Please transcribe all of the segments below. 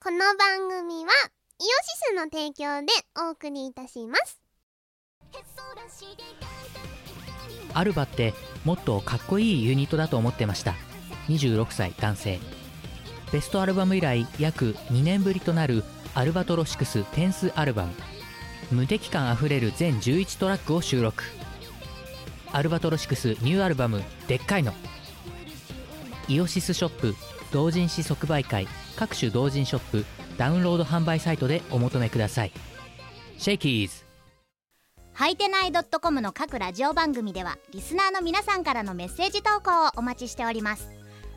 この番組はイオシスの提供でお送りいたしますアルバってもっとかっこいいユニットだと思ってました26歳男性ベストアルバム以来約2年ぶりとなるアルバトロシクステンスアルバム無敵感あふれる全11トラックを収録アルバトロシクスニューアルバム「でっかいの」イオシスショップ同人誌即売会各種同人ショップダウンロード販売サイトでお求めくださいシェイキーズはいてない .com の各ラジオ番組ではリスナーの皆さんからのメッセージ投稿をお待ちしております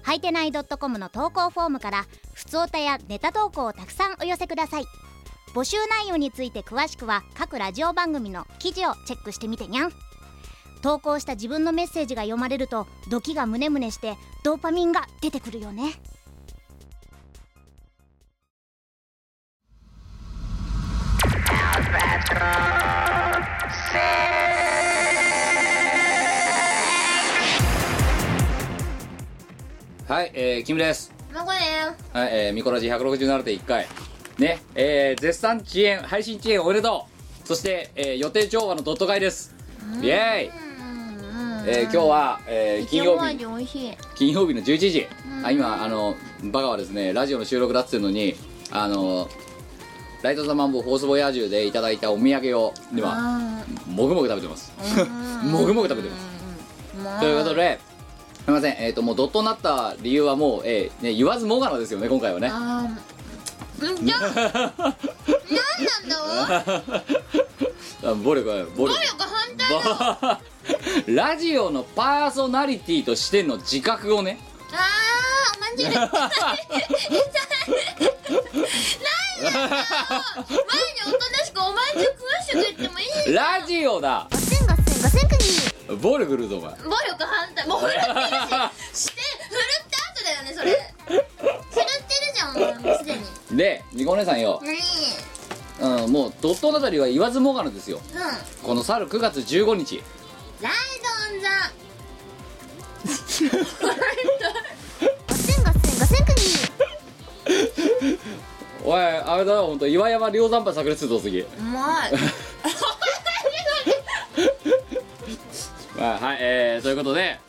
はいてない .com の投稿フォームからふつおたやネタ投稿をたくさんお寄せください募集内容について詳しくは各ラジオ番組の記事をチェックしてみてにゃん投稿した自分のメッセージが読まれるとドキがムネムネしてドーパミンが出てくるよねはい、えー、キムです。まこではい、えー、ミコラジ167.1回。ね、えー、絶賛遅延、配信遅延おめでとうそして、えー、予定調和のドット買いです。イエーイえー、今日は、えー、金曜日、美味しい金曜日の11時。あ今、あの、バカはですね、ラジオの収録だっつうのに、あの、ライト・ザ・マンボウ・ホース・ボヤージュでいただいたお土産を、今、もぐもぐ食べてます。もぐもぐ食べてます。ということで、すみません、えっ、と、もうドットになった理由はもう、えーね、言わずもがなですよね、今回はね。あーじゃあなんなんだ あ暴力は暴力暴力反対ば ラジオのパーソナリティとしての自覚をねあーおまんじゅうだなんだ前におとなしくおまんじゅう食わしてくれてもいいラジオだガセンガセンガセンクに暴力振るぞお前暴力反対もう振るってるしして振るって後だよねそれ振るってるじゃんもうすでにでニコお姉さんよ、何うん、もうドットのあたりは言わずもがなですようんこの去る9月15日ライドンザガセンガセンガセンクおいあれだよ本当岩山梁山波炸裂と次 にうまいはい、はい、えー、ということで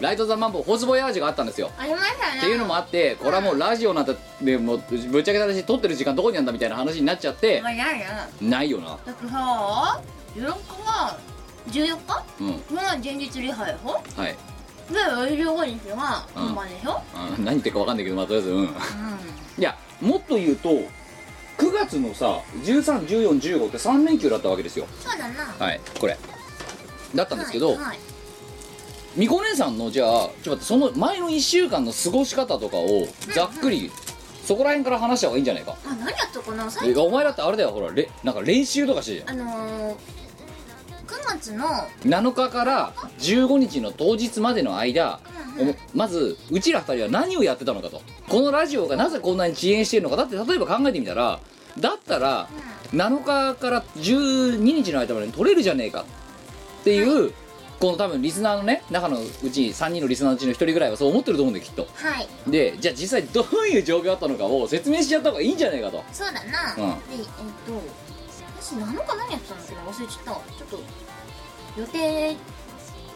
ライト・ザ・マンボウホースボヤージュがあったんですよありましたねっていうのもあってこれはもうラジオなんてでもうぶっちゃけた話撮ってる時間どこにあんだみたいな話になっちゃってまあややないよなだってさ16日が14日うんが前日リハでしょはいで15日が本番でしょあ何言ってるか分かんないけどまあとりあえずうんういやもっと言うと9月のさ131415って3連休だったわけですよんそうだなはいこれだったんですけはいど、はいみこ姉さんのじゃあちょっと待ってその前の1週間の過ごし方とかをざっくり、そこら辺から話した方がいいんじゃないか、あ何やったかなえ最近お前だってあれだよほられなんか練習とかしてるじあのー、9月のゃん7日から15日の当日までの間、うんうんおまずうちら2人は何をやってたのかとこのラジオがなぜこんなに遅延してるのかだって例えば考えてみたらだったら7日から12日の間までに取れるじゃねえかっていう、この多分リスナーのね中のうち3人のリスナーのうちの1人ぐらいはそう思ってると思うんだよきっとはいでじゃあ実際どういう状況だったのかを説明しちゃった方がいいんじゃないかとそうだな、うんでえっ、と私7日何やってたんだっけど忘れちゃったちょっと予定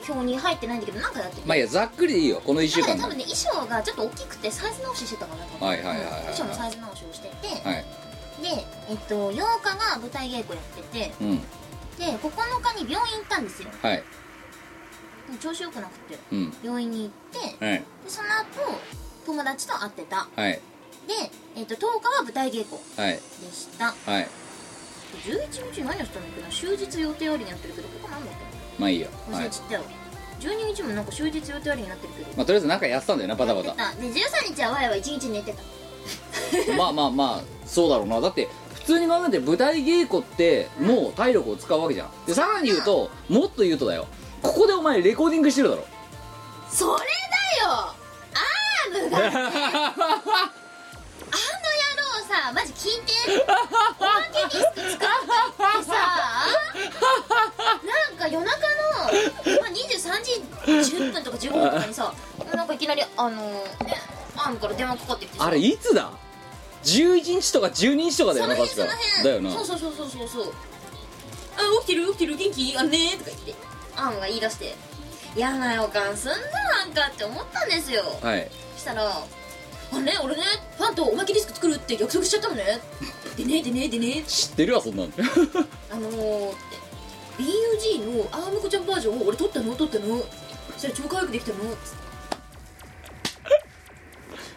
表に入ってないんだけどなんかやっててまあいいやざっくりでいいよこの1週な間んかのね多分ね衣装がちょっと大きくてサイズ直ししてたかなと思はいはいはいはいはい衣装のサイズ直しをしてて、はいで、えっと、8日が舞台稽古やっててうんで9日に病院行ったんですよはいでも調子良くなくてうん病院に行ってはいでその後友達と会ってたはいで、えっと、10日は舞台稽古はいでしはたいで11日何やったんだっけな終日予定ありになってるけどここなんだっけまあいいよ忘はれいちゃったよ、12日もなんか終日予定ありになってるけどまあとりあえずなんかやってたんだよなバタバタやってたで13日はわいは1日寝てた まあまあまあそうだろうなだって普通に考えて舞台稽古ってもう体力を使うわけじゃんでさらに言うともっと言うとだよここでお前レコーディングしてるだろそれだよアーム があの野郎さマジ聞いておまけディスク使ったってさなんか夜中の、まあ、23時10分とか15分とかにさなんかいきなりあのねアームから電話かかってきてさあれいつだ11日とか12日とかだよそのな辺確そかの辺だよなそうそうそうそうそうそうあ起きてる起きてる元気あねーとか言ってアンが言い出して嫌な予感すんななんかって思ったんですよはいそしたら「あね俺ねファンとおまけディスク作るって約束しちゃったのね」でねでねでね知ってるわそん なのあのー、って BUG のアームコちゃんバージョンを俺撮ったの撮ったのそれ超可愛くできたのつって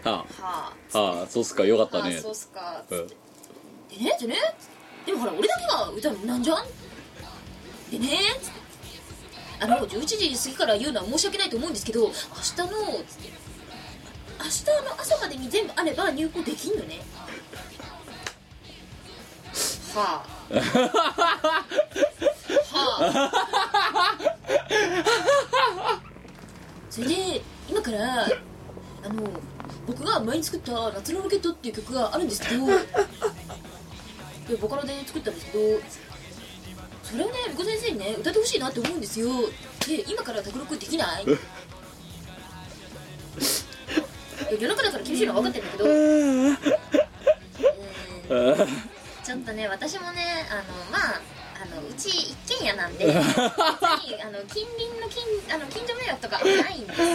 ははあはあそうっすかよかっあ、たはねあ、そうっすかうつっんてでねでねでもほら俺だけが歌うのなんじゃんでねつってあの11時過ぎから言うのは申し訳ないと思うんですけど明日のつって明日の朝までに全部あれば入稿できんのねはあはあそれで今からあの僕が前に作った「夏のロケット」っていう曲があるんですけどでボカロで作ったんですけどそれをねルコ先生にね歌ってほしいなって思うんですよで今から卓録できないいや夜中だから厳しいのは分かってるんだけどうーんちょっとね私もねあのまああのうち一軒家なんで別にあの近隣の近あの近所迷惑とかはないんですけど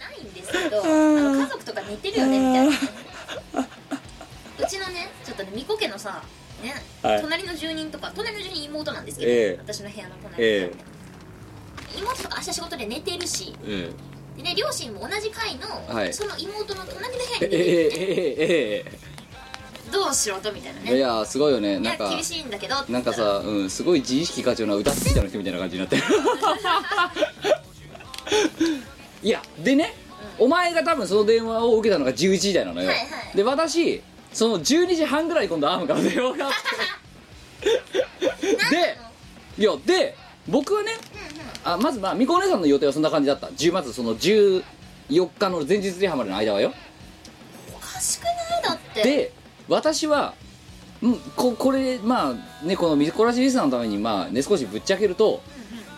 ないんですけどあの家族とか似てるよねみたいなねうちのねちょっとね巫女家のさね、はい隣の住人とか隣の住人妹なんですけど、ええ私の部屋の隣の、え妹とか明日仕事で寝てるしえうんでね両親も同じ階の、はいその妹のええ隣の部屋に寝てる、えええどうしろとみたいなえねえいやすごいよねいなやんか厳しいんだけどってなんかさ、うん、すごい自意識過剰な歌好きな人みたいな感じになってる いやでね、お前が多分その電話を受けたのが11時台なのよ、はいはいで私その12時半ぐらいに今度アームから 電話があってでいやで僕はねあまずまあみこお姉さんの予定はそんな感じだった10まずその14日の前日礼拝までの間はよおかしくないだってで私は、うん、ここれまあねこの「みこらしリスナー」のためにまあね少しぶっちゃけると、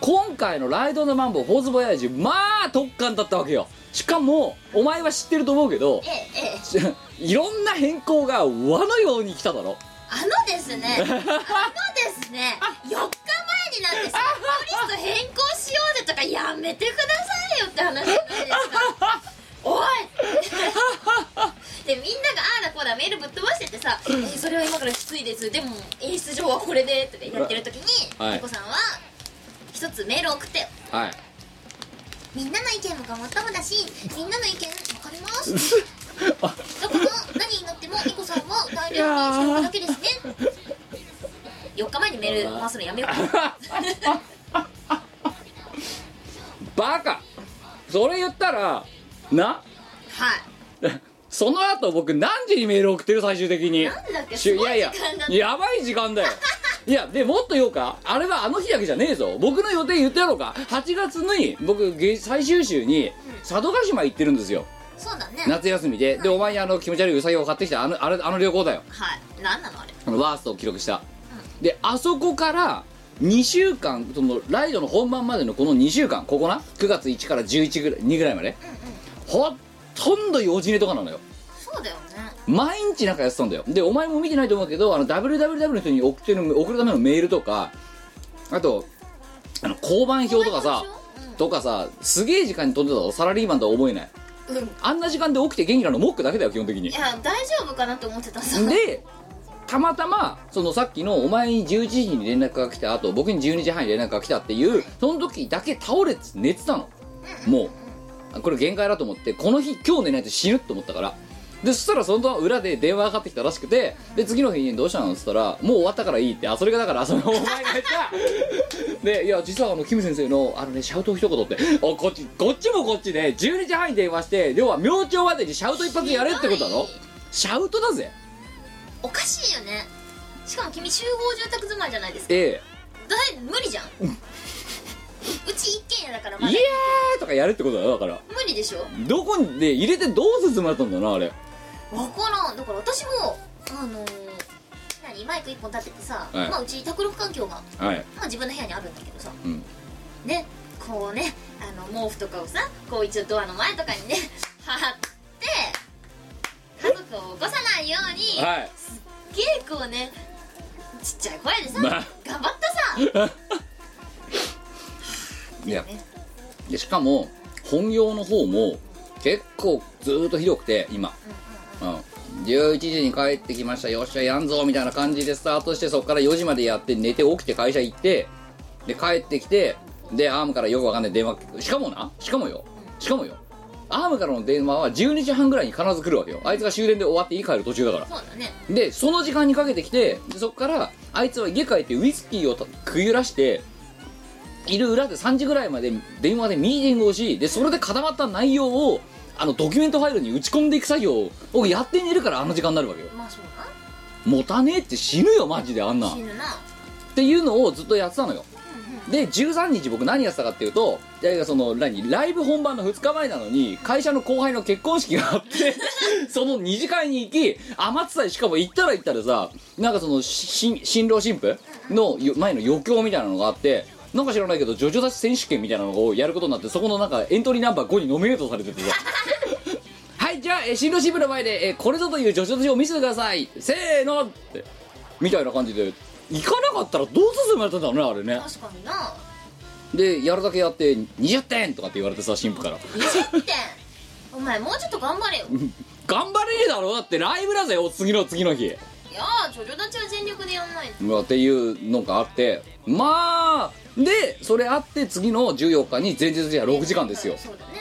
今回の「ライド・のマンボウ・フォーズ・ボヤージュ」まあ特感だったわけよしかもお前は知ってると思うけどええええ いろんな変更が輪のように来ただろあのですねあのです ね4日前になってサッリスト変更しようでとかやめてくださいよって話じゃないです かおいでみんながああだこうだメールぶっ飛ばして てさ「えーそれは今からきついですでも演出上はこれで」とかやってる時にはい猫、さんは一つメールを送ってはいみんなの意見もごもっともだしみんなの意見わかります どこの何になってもニコさんを大量にしておくだけですね4日前にメール回すのやめよう かバカそれ言ったらなはいその後僕何時にメール送ってる最終的になんだっけしゅすごいや時間だったややばい時間だよいやでもっと言おうかあれはあの日だけじゃねえぞ僕の予定言ってやろうか8月に僕げ最終週に佐渡島行ってるんですよそうだね夏休みででお前にあの気持ち悪いウサギを買ってきたあのあれあの旅行だよはい何なのあれあのワーストを記録した、であそこから2週間そのライドの本番までのこの2週間ここな9月1から11ぐらい2ぐらいまで、ほとんど用事ねとかなのよそうだよね毎日なんかやってたんだよでお前も見てないと思うけどあの WWW の人に送ってる送るためのメールとかあとあの交番表とかさとかさすげえ時間に飛んでたとサラリーマンとは思えないうん、うん、いあんな時間で起きて元気なのモックだけだよ基本的にや大丈夫かなと思ってたさでたまたまそのさっきのお前に11時に連絡が来た後僕に12時半に連絡が来たっていうその時だけ倒れて寝てたのもうあこれ限界だと思ってこの日今日寝ないと死ぬと思ったからでそしたらその裏で電話がかかってきたらしくてで次の日に「どうしたの?」っつったら「もう終わったからいい」ってあそれがだからそのお前が言ったでいや実はあのキム先生のあのねシャウトを一言っておこっちこっちもこっちで12時半に電話して要は明朝までにシャウト一発やれってことだろシャウトだぜおかしいよねしかも君集合住宅住まいじゃないですかえだい無理じゃんうち一軒家だからえまだイエーイとかやるってことだよだから無理でしょどこにで入れてどう進まれたんだなあれ分からんだから私もあのー何マイク1本立ててさ、はいまあうち宅録環境が、はいまあ、自分の部屋にあるんだけどさうんねこうねあ の毛布とかをさこう一応ドアの前とかにね貼って貼っ事を起こさないように、はい稽古をねちっちゃい声でさ、まあ頑張ったさいやでしかも本業の方も結構ずーっとひどくて今、うん、11時に帰ってきましたよっしゃやんぞみたいな感じでスタートしてそこから4時までやって寝て起きて会社行ってで帰ってきてでアームからよくわかんない電話しかもなしかもよしかもよアームからの電話は12時半ぐらいに必ず来るわけよあいつが終電で終わって家帰る途中だからそうだねでその時間にかけてきてでそこからあいつは家帰ってウイスキーをたくゆらしている裏で3時ぐらいまで電話でミーティングをしでそれで固まった内容をあのドキュメントファイルに打ち込んでいく作業をやって寝るからあの時間になるわけよまあそうだ持たねえって死ぬよマジであんな死ぬなっていうのをずっとやってたのようんうんで13日僕何やってたかっていうといやいやその何ライブ本番の2日前なのに会社の後輩の結婚式があってその二次会に行き余ってたりしかも行ったら行ったらさなんかそのし新郎新婦のよ前の余興みたいなのがあってなんか知らないけどジョジョ立ち選手権みたいなのをやることになってそこのなんかエントリーナンバー5にノミネートされててさはいじゃあ、えー新郎新婦の前で、えーこれぞというジョジョ立ちを見せてくださいせーのってみたいな感じで行かなかったらどう進められたんだろうねあれね確かになでやるだけやって20点とかって言われてさ新婦から20点お前もうちょっと頑張れよ頑張れねえだろだってライブだぜお次の次の日いやージョジョたちは全力でやんないとうわっていうのがあってまあでそれあって次の14日に前日じゃ6時間ですよそうだね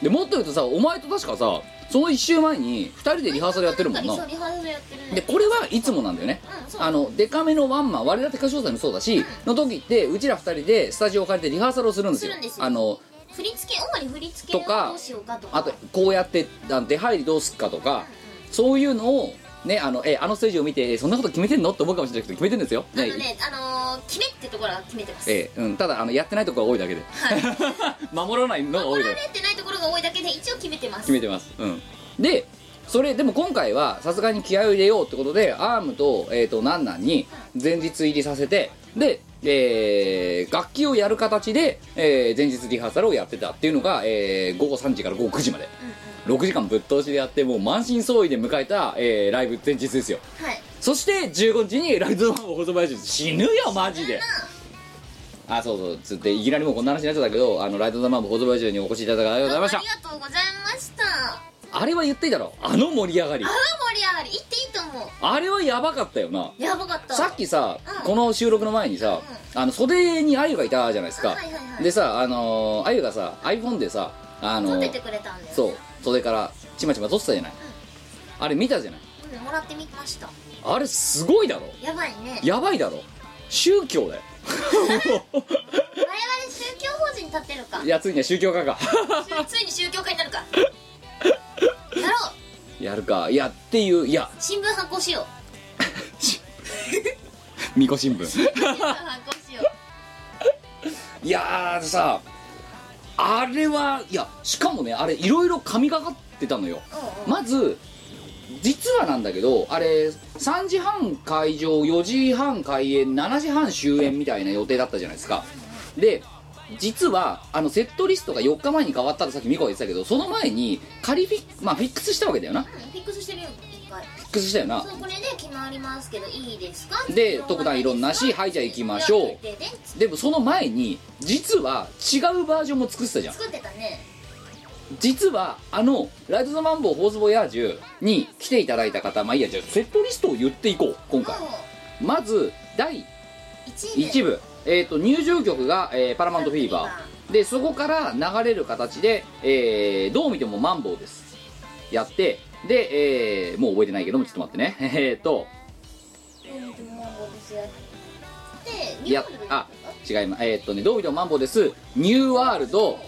でもっと言うとさお前と確かさその1週前に2人でリハーサルやってるもんそうなリハーサルやってるねでこれはいつもなんだよねうんそうあのデカめのワンマン我らテカ商材もそうだしの時ってうちら2人でスタジオを借りてリハーサルをするんですよするんですよあの振り付け主に振り付けをとかどうしようかとかあとこうやってあの出入りどうすっかとかそういうのをねあのえあのステージを見てえそんなこと決めてんのって思うかもしれないけど決めてんですよ、あのねあのー、決めってところは決めてますええうん、ただあのやってないところが多いだけで、 守らないのが多いだけで決めてないところが多いだけで一応決めてます決めてます、うん、でそれでも今回はさすがに気合を入れようってことでアームと,、えー、とナンナンに前日入りさせてで、えー楽器をやる形で、えー前日リハーサルをやってたっていうのが、えー午後3時から午後9時まで6時間ぶっ通しでやってもう満身創痍で迎えた、えーライブ前日ですよはいそして15日にライトマンを細林死ぬよマジであそうそうつっていきなりもうこんな話になっちゃったけどあのライトザマンも細林にお越しいただきありがとうございまありしがとうございましたあたあれは言っていたろあの盛り上がりの盛り上がり行っていいと思あれはやばかったよなうやばかったさっきさ、うんこの収録の前にさ、あの袖にあゆがいたじゃないですか、はいはいはいでさあのーあゆがさ iPhone でさあの撮ーっててくれたんだよそう袖からちまちま撮ってたじゃない、あれ見たじゃないうんもらってみましたあれすごいだろやばいねやばいだろ宗教だよ我々宗教法人立ってるかいやついには宗教家かついに宗教家になるかやろ うやるかいやっていういや新聞発行しよ巫女新聞う新聞発行しよういやーさあれはいやしかもねあれいろいろ神がかってたのよ うんうんまず実はなんだけどあれ3時半会場4時半開演7時半終演みたいな予定だったじゃないですかで実はあのセットリストが4日前に変わったとさっきミコが言ってたけどその前に仮フィッ,、まあ、フィックスしたわけだよなフうんフィックスしてるよ一回ィックスしたよなそうこれで決まりますけどいいですかで特段異論なしはいじゃあ行きましょうででででもその前に実は違うバージョンも作ってたじゃん作ってたね実はあの「ライト・ザ・マンボウ・ホーズ・ボヤージュ」に来ていただいた方まあいいやじゃあセットリストを言っていこう今回もうまず第1位で1部、えー、と入場曲が、えーパラマント・フィーバー」でそこから流れる形で、えーどう見てもマンボウですやってで、えーもう覚えてないけどもちょっと待ってね えっとうんでもマンボウですやってやニューヨークあ違いますえーっとねどう見てもマンボウですニューワールド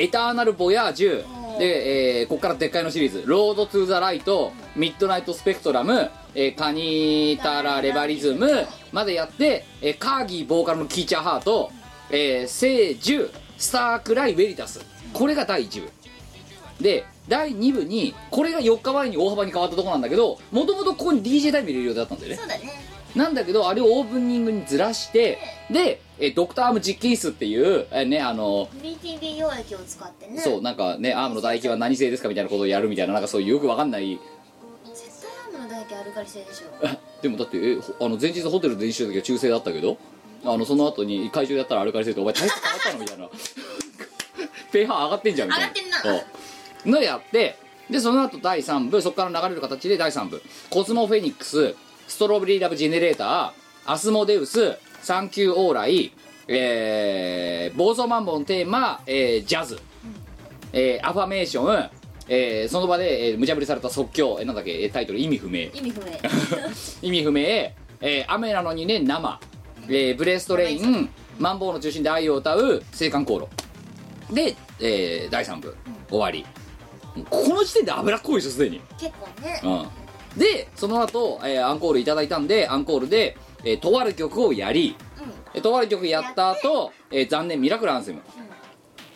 エターナル・ボヤージュで、えーここからでっかいのシリーズ「ロード・トゥ・ザ・ライト」「ミッドナイト・スペクトラム」えーカニタラ・レバリズム」までやって、えーカーギーボーカルのキーチャーハート、えー、セージュスタークライ・ウェリタスこれが第1部で第2部にこれが4日前に大幅に変わったとこなんだけどもともとここに DJ タイム入れる予定だったんだよねそうだねなんだけどあれをオープニングにずらしてで、えードクターアーム実験室っていう、えーねあの BTB 溶液を使ってねそうなんかねアームの唾液は何製ですかみたいなことをやるみたいななんかそういうよくわかんないだけアルカリ性でしょ でもだってえほあの前日ホテルで練習した時は中性だったけどあのその後に会場でやったらアルカリ性ってお前体質変わったのみたいな ペーハー上がってんじゃんみたいな上がってんなそうのやってでその後第3部そこから流れる形で第3部コスモフェニックスストロベリーラブジェネレーターアスモデウスサンキューオーライえー、暴走マンボのテーマ、えージャズ、えーアファメーション、えーその場で、えー無茶ぶりされた即興、えーなんだっけえータイトル意味不明意 味不明意味不明、えー雨なのにね生、えーブレーストレインマンボウの中心で愛を歌う青函航路で、えー第3部終わりこの時点で脂っこいでしょすでに、結構ねうん、でその後、えーアンコールいただいたんでアンコールで、えーとある曲をやりうえーとある曲やった後、えー残念ミラクルアンセム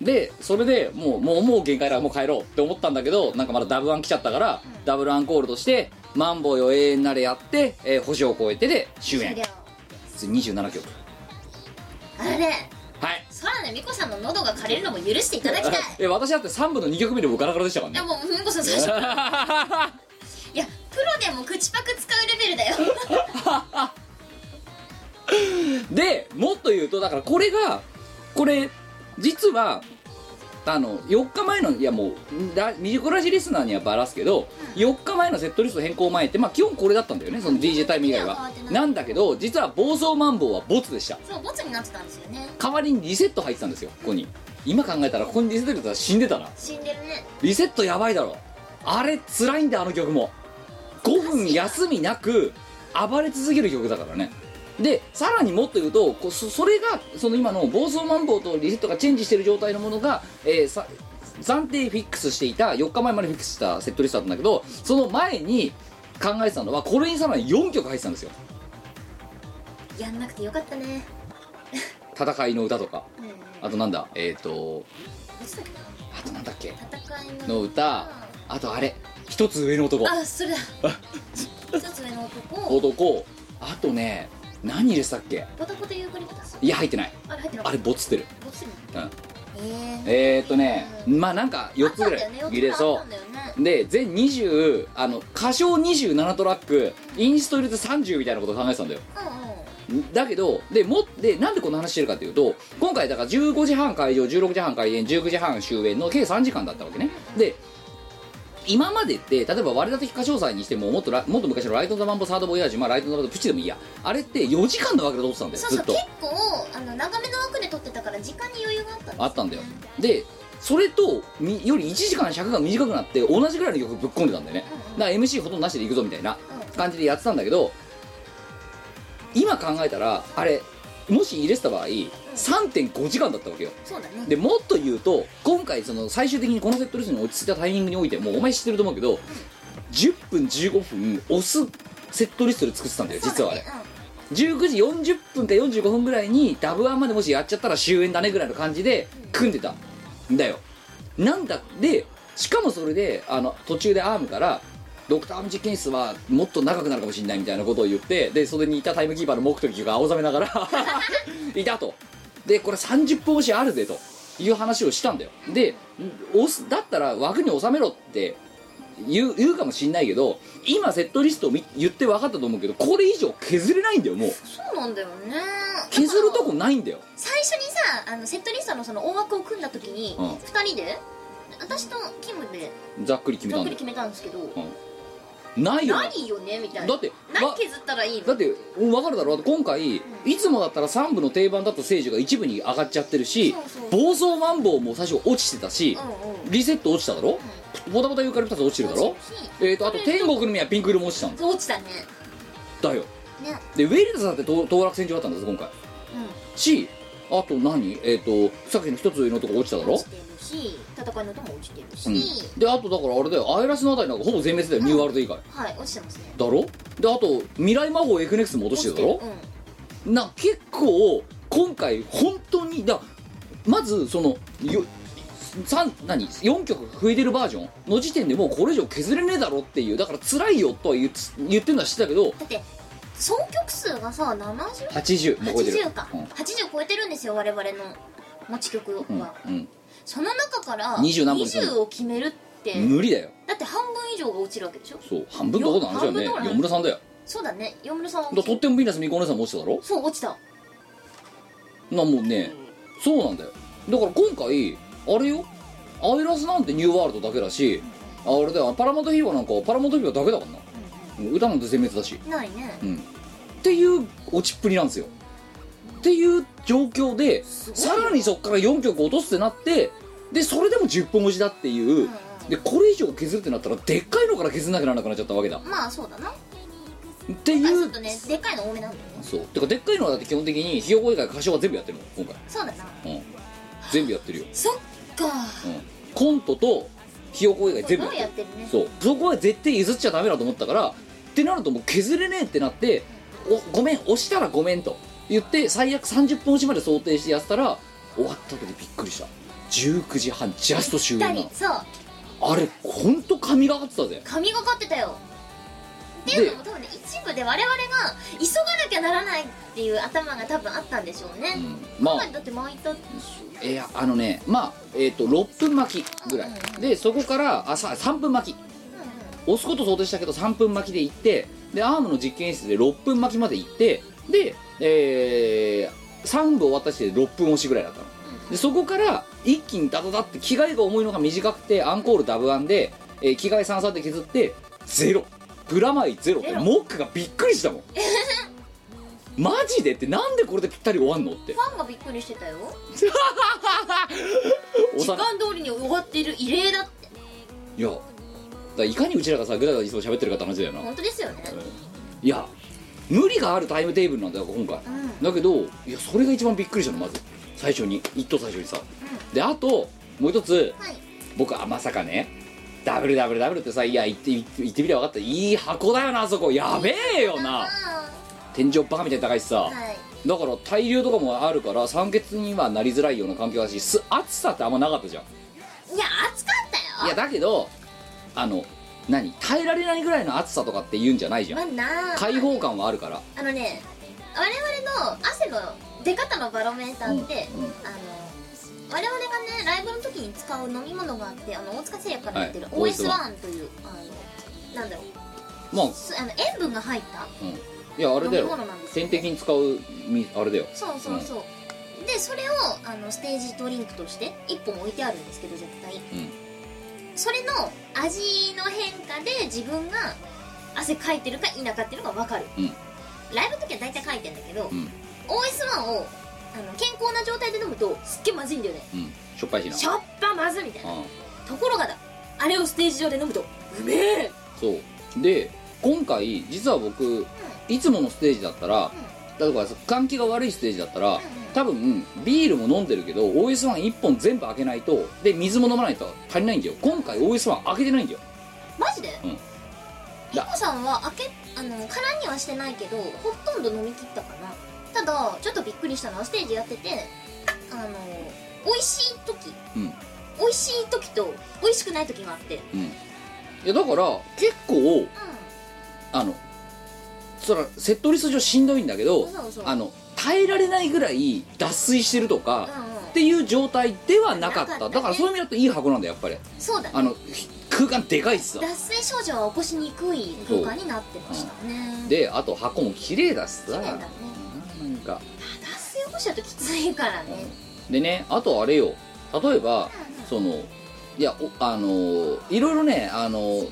でそれでもうもうもう限界だもう帰ろうって思ったんだけどなんかまだダブルアン来ちゃったから、ダブルアンコールとして「マンボウよ永遠なれ」やって、えー星を越えて」で終ん演終了27曲あれねはいさらね美子さんの喉が枯れるのも許していただき たいえ私だって3部の2曲目でもガラガラでしたからいねやもう美子さ ん最初からいやプロでも口パク使うレベルだよでもっと言うとだからこれがこれ実はあの4日前のいやもうだミジコラジリスナーにはバラすけど、4日前のセットリスト変更前ってまあ基本これだったんだよねその DJ タイム以外いやは変わってないなんだけど実は暴走マンボウはボツでしたそうボツになってたんですよね代わりにリセット入ってたんですよここに今考えたらここにリセット入れたら死んでたな死んでるねリセットやばいだろあれ辛いんだあの曲も5分休みなく暴れ続ける曲だからねでさらにもっと言うとこそそれがその今の暴走マンボウとリセットがチェンジしてる状態のものが、えーさ暫定フィックスしていた4日前までフィックスしたセットリストだったんだけどその前に考えてたのはこれにさらに4曲入ってたんですよやんなくてよかったね戦いの歌とかうんうんあとなんだえっ、とボツだっけあとなんだっけな戦いのの歌あとあれ一つ上の男あそれだ一つ目の男を男あとね何入れてたっけポタポタユークリプタスいや入ってないあれ入ってなかあっれたボツってる、ボツにうん、えええー、っとねまあなんか4つぐらい入れそあったんだよね四つぐらいあったんだよねうで全20あの歌唱27トラックインスト入れて30みたいなこと考えてたんだようんうんだけどでもでなんでこの話してるかというと今回だから15時半開場16時半開演19時半終演の計3時間だったわけねで今までって例えば割れた的歌唱祭にしてももっとラもっと昔のライト・ザ・マンボサード・ボヤージュ、まあ、ライト・ザ・マンボプチでもいいやあれって4時間の枠で撮ってたんだよそうずそっうと結構あの長めの枠で撮ってたから時間に余裕があったんですあったんだよでそれとみより1時間尺が短くなって同じぐらいの曲ぶっ込んでたんだよねうんうんだから MC ほとんどなしでいくぞみたいなう感じでやってたんだけど今考えたらあれもし入れてた場合3.5時間だったわけよんそうだねでもっと言うと今回その最終的にこのセットリストに落ち着いたタイミングにおいてもうお前知ってると思うけど10分15分押すセットリストで作ってたんだよ実はあれそうだね19時40分か45分ぐらいにダブアンまでもしやっちゃったら終演だねぐらいの感じで組んでたんだよなんだでしかもそれであの途中でアームから「ドクターアーム実験室はもっと長くなるかもしれない」みたいなことを言ってでそれにいたタイムキーパーの木と木が青ざめながらいたとでこれ30分押しあるぜという話をしたんだよで押すだったら枠に収めろって言う言うかもしんないけど今セットリストを見言って分かったと思うけどこれ以上削れないんだよもううんそうなんだよね削るとこないんだよ最初にさあのセットリストのその大枠を組んだ時にうん2人で私とキムでざっくり決めざたっんくだより決めたんですけどないよないよねみたいなだって何わ削ったらいいのだって分かるだろだって今回いつもだったら3部の定番だった聖樹が一部に上がっちゃってるしそうそう暴走マンボウも最初落ちてたしうんうんリセット落ちただろボタボタユーカリプタス落ちてるだろ落ちてるしえーとあと天国の実はピンク色も落ちたんそう落ちたねだよねでウェルズだって当当落戦場だったんです今回うしあと何えっ、とさっきの一つ上のとこ落ちただんろ落ちてるし戦いの音も落ちてるし、うん、であとだからあれだよアイラスのあたりなんかほぼ全滅だよ、ニューワールド以外はい落ちてますねだろであと未来魔法エクネクスも落としてるだろ落ちてるうんな結構今回本当にだまずそのよ三何4曲増えてるバージョンの時点でもうこれ以上削れねえだろっていうだから辛いよとは言っ言ってるのは知ってたけどだって総曲数がさ 70?80 80もう超えてるか、80超えてるんですよ我々の持ち曲は、うんうんうんその中から20何本にする20を決めるって無理だよだって半分以上が落ちるわけでしょそう半分ってことなんですよね半分ってことなんだ四村さんだよそうだね四村さんはだとってもヴィーナスみこお姉さんも落ちてただろそう落ちたなもうねそうなんだよだから今回あれよアイラスなんてニューワールドだけだしああれだよパラマントヒーローなんかはパラマントヒーローだけだからな歌なんて全滅だしないねうんっていう落ちっぷりなんですよっていう状況でさらにそこから4曲落とすってなってでそれでも10本落ちだっていうでこれ以上削るってなったらでっかいのから削んなきゃならなくなっちゃったわけだまあそうだなあってちいょうっとねでかいの多めなんだよねそうてかでっかいのはだって基本的にひよこ以外歌唱は全部やってるもん今そうだな回うん全部やってるよそっかうんコントとひよこ以外全部これややっっててるるねそうそこは絶対譲っちゃダメだと思ったからってなるともう削れねえってなっておごめん押したらごめんと言って最悪30分押しまで想定してやってたら終わった時びっくりした19時半ジャスト終了だなりのそうあれほんと神がかってたぜ神がかってたよっていうのも多分ね一部で我々が急がなきゃならないっていう頭が多分あったんでしょうね、うんまあ今回だって巻いたいやあのねまあえっ、と6分巻きぐらいでそこからあさ3分巻き押すこと想定したけど3分巻きで行ってでアームの実験室で6分巻きまで行ってで、えー、3部終わった時点で6分押しぐらいだったのでそこから一気にダダダって着替えが重いのが短くてアンコールダブアンで、えー着替え三3で削ってゼロプラマイゼロってゼロモックがびっくりしたもん マジでってなんでこれでぴったり終わんのってファンがびっくりしてたよお時さ間通りに終わっている異例だっていやだからいかにうちらがさぐだぐだいつも喋ってるかって話だよな、本当ですよねいや無理があるタイムテーブルなんだよ今回、んだけどいやそれが一番びっくりしたのまず最初に一等最初にさ、であともう一つはい僕はまさかねダブルダブルダブルってさいや言って言って言ってみりゃ分かったいい箱だよなあそこやべえよな天井バカみたいに高いしさ、はいだから対流とかもあるから酸欠にはなりづらいような環境だしす暑さってあんまなかったじゃんいや暑かったいよやだけどあの何耐えられないぐらいの暑さとかって言うんじゃないじゃん、まあなあ開放感はあるからあのね我々の汗の出方のバロメーターって、うんうんあの我々がねライブの時に使う飲み物があってあの大塚製薬からやってるはい OS1 というあのなんだろうまあすあの塩分が入ったうんいやあれだよ飲み物なんです点よ滴に使うみあれだよそうそうそう、でそれをあのステージドリンクとして1本置いてあるんですけど絶対うんそれの味の変化で自分が汗かいてるか否かっていうのが分かる、うんライブの時は大体かいてんだけど、うん OS1 をあの健康な状態で飲むとすっげえまずいんだよねうんしょっぱいしなしょっぱまずいみたいなうんところがだあれをステージ上で飲むとうめえそうで今回実は僕いつものステージだったら例えば換気が悪いステージだったら多分ビールも飲んでるけど OS11 本全部開けないとで水も飲まないと足りないんだよ今回 OS1 開けてないんだよマジでうんリコさんは開けあの空にはしてないけどほとんど飲み切ったかなただちょっとびっくりしたのはステージやっててあの美味しい時うん美味しい時と美味しくない時があってうんいやだから結構うあのそらセットリスト上しんどいんだけどんそうそうあの耐えられないぐらい脱水してるとか、うんうんっていう状態ではなかったなかったねだからそういう意味だといい箱なんだよやっぱりそうだねあのひ空間でかいっすわ脱水症状は起こしにくい空間になってましたねであと箱も綺麗だしさそうだねなんか脱水起こしちゃうときついからねでねあとあれよ例えばそのいやおあのーいろいろねあのー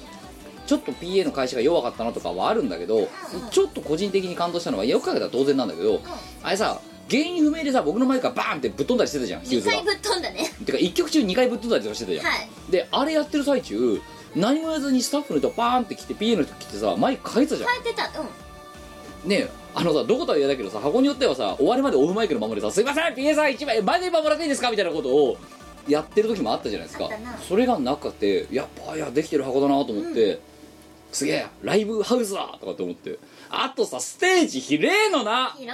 ちょっと PA の会社が弱かったなとかはあるんだけど、ちょっと個人的に感動したのはよくかけたら当然なんだけど、あれさ原因不明でさ僕の前からバーンってぶっ飛んだりしてたじゃんヒュー2ズが回ぶっ飛んだねてか1曲中2回ぶっ飛んだりとかしてたじゃん、はいであれやってる最中何もやずにスタッフの人パーンって来て PA の人来てさマイク変えてたじゃん変えてたうんねえあのさどことは言えだけどさ箱によってはさ終わりまでオフマイクのままでさ「すいません PA さん1枚前で今もらっていいですか?」みたいなことをやってる時もあったじゃないですあかったなそれがなくてやっぱいやできてる箱だなと思って、すげえライブハウスだとかって思ってあとさステージひれえのな広い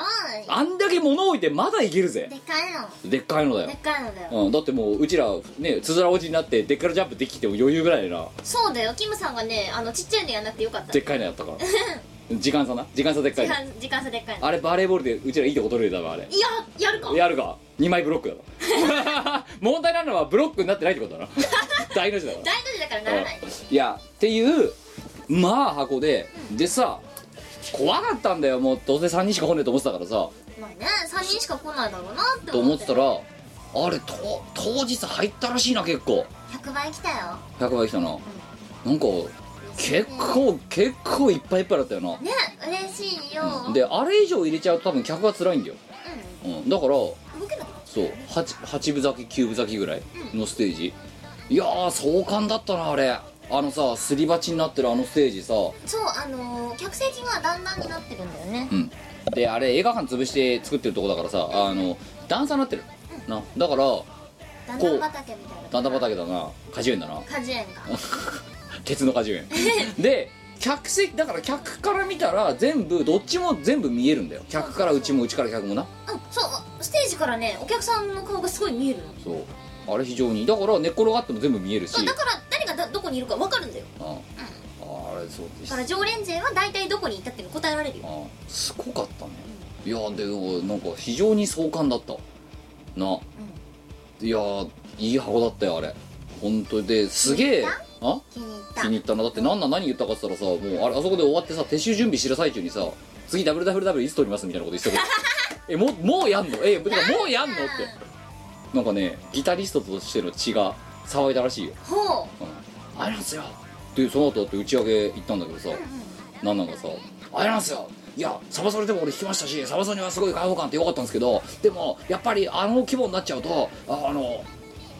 あんだけ物置いてまだいけるぜでかいのでっかいのだよでかいのだようん、だってもううちらねつづらおじになってデッカルジャンプできても余裕ぐらいだなそうだよキムさんがねあのちっちゃいのやんなくてよかったでっかいのやったから 時間差な時間差でっか時いの間時間差でっかいのあれバレーボールでうちらいいとこ取れるだろあれいややるかやるか2枚ブロックだろ 問題なのはブロックになってないってことだ な大の字だから大の字だからならないいやっていうまあ箱ででさ怖かったんだよもうどうせ3人しか来ねえと思ってたからさまあね3人しか来ないだろうなってと思思っっててたらあれと当日入ったらしいな結構100倍来たよ100倍来たななんか結構結構いっぱいいっぱいだったよなね嬉しいよ、うん、であれ以上入れちゃうと多分客が辛いんだよ、うん、だから動けなくなっそう 8, 八分咲き9分咲きぐらいのステージいやー壮観だったなあれあのさすり鉢になってるあのステージさそうあのー客席がだんだんになってるんだよねうんであれ映画館潰して作ってるとこだからさあの段差になってるなだからだんだん畑みたいな段々畑だな果樹園だな果樹園が鉄の果樹 園で客席だから客から見たら全部どっちも全部見えるんだよ客からうちもうちから客もなうんそうステージからねお客さんの顔がすごい見えるのそうあれ非常にだから寝っ転がっても全部見えるしそうだから誰がだどこにいるか分かるんだようんああれそうでだすから常連勢は大体どこにいたっていうの答えられるよあすごかったねいやでもなんか非常に壮観だったな、いやいい箱だったよあれ本当ですげえあ気に入った気に入ったなだって何なん何言ったかっつったらさもうあれあそこで終わってさ撤収準備してる最中にさ次 WWW いつ撮りますみたいなこと言ってたけどえもうもうやんのえてかもうやんのってなんかねギタリストとしての血が騒いだらしいよほうん「あれなんすよ」でその後だって打ち上げ行ったんだけどさ、なんなんかさ「あれなんすよ」いやサバソレでも俺弾きましたしサバソレはすごい開放感ってよかったんですけどでもやっぱりあの規模になっちゃうとああの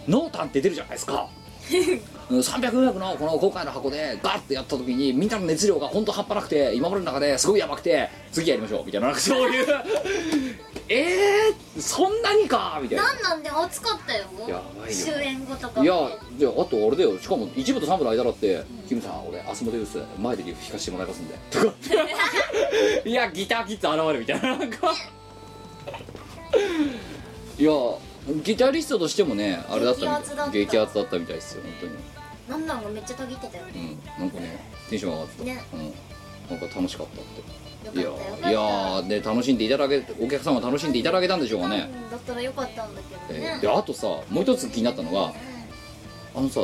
濃淡って出るじゃないですか うん300億のこの今回の箱でガッてやった時にみんなの熱量が本当半端なくて今までの中ですごいやばくて次やりましょうみたいななんかそういう えー、そんなにかみたいうななんなんで暑かったよやばいよ終演後とかいねやじゃああとあれだよしかも一部と三部の間だって「キムさん俺アスモデウス前で弾かしてもらいますんで」とか いやギターキッズ現れるみたいななんかいやギタリストとしてもねあれだったみたい激アツだった激アツだったみたいですよ本なんなんがめっちゃたぎってたよ当ねにうんなんかねテンション上がってた、ねうん、なんか楽しかったっよていやかったいよやかっーで楽しんでいただけお客さんは楽しんでいただけたんでしょうたかね、うんだったらよかったんだけどえーねであとさもう一つ気になったのがあのさ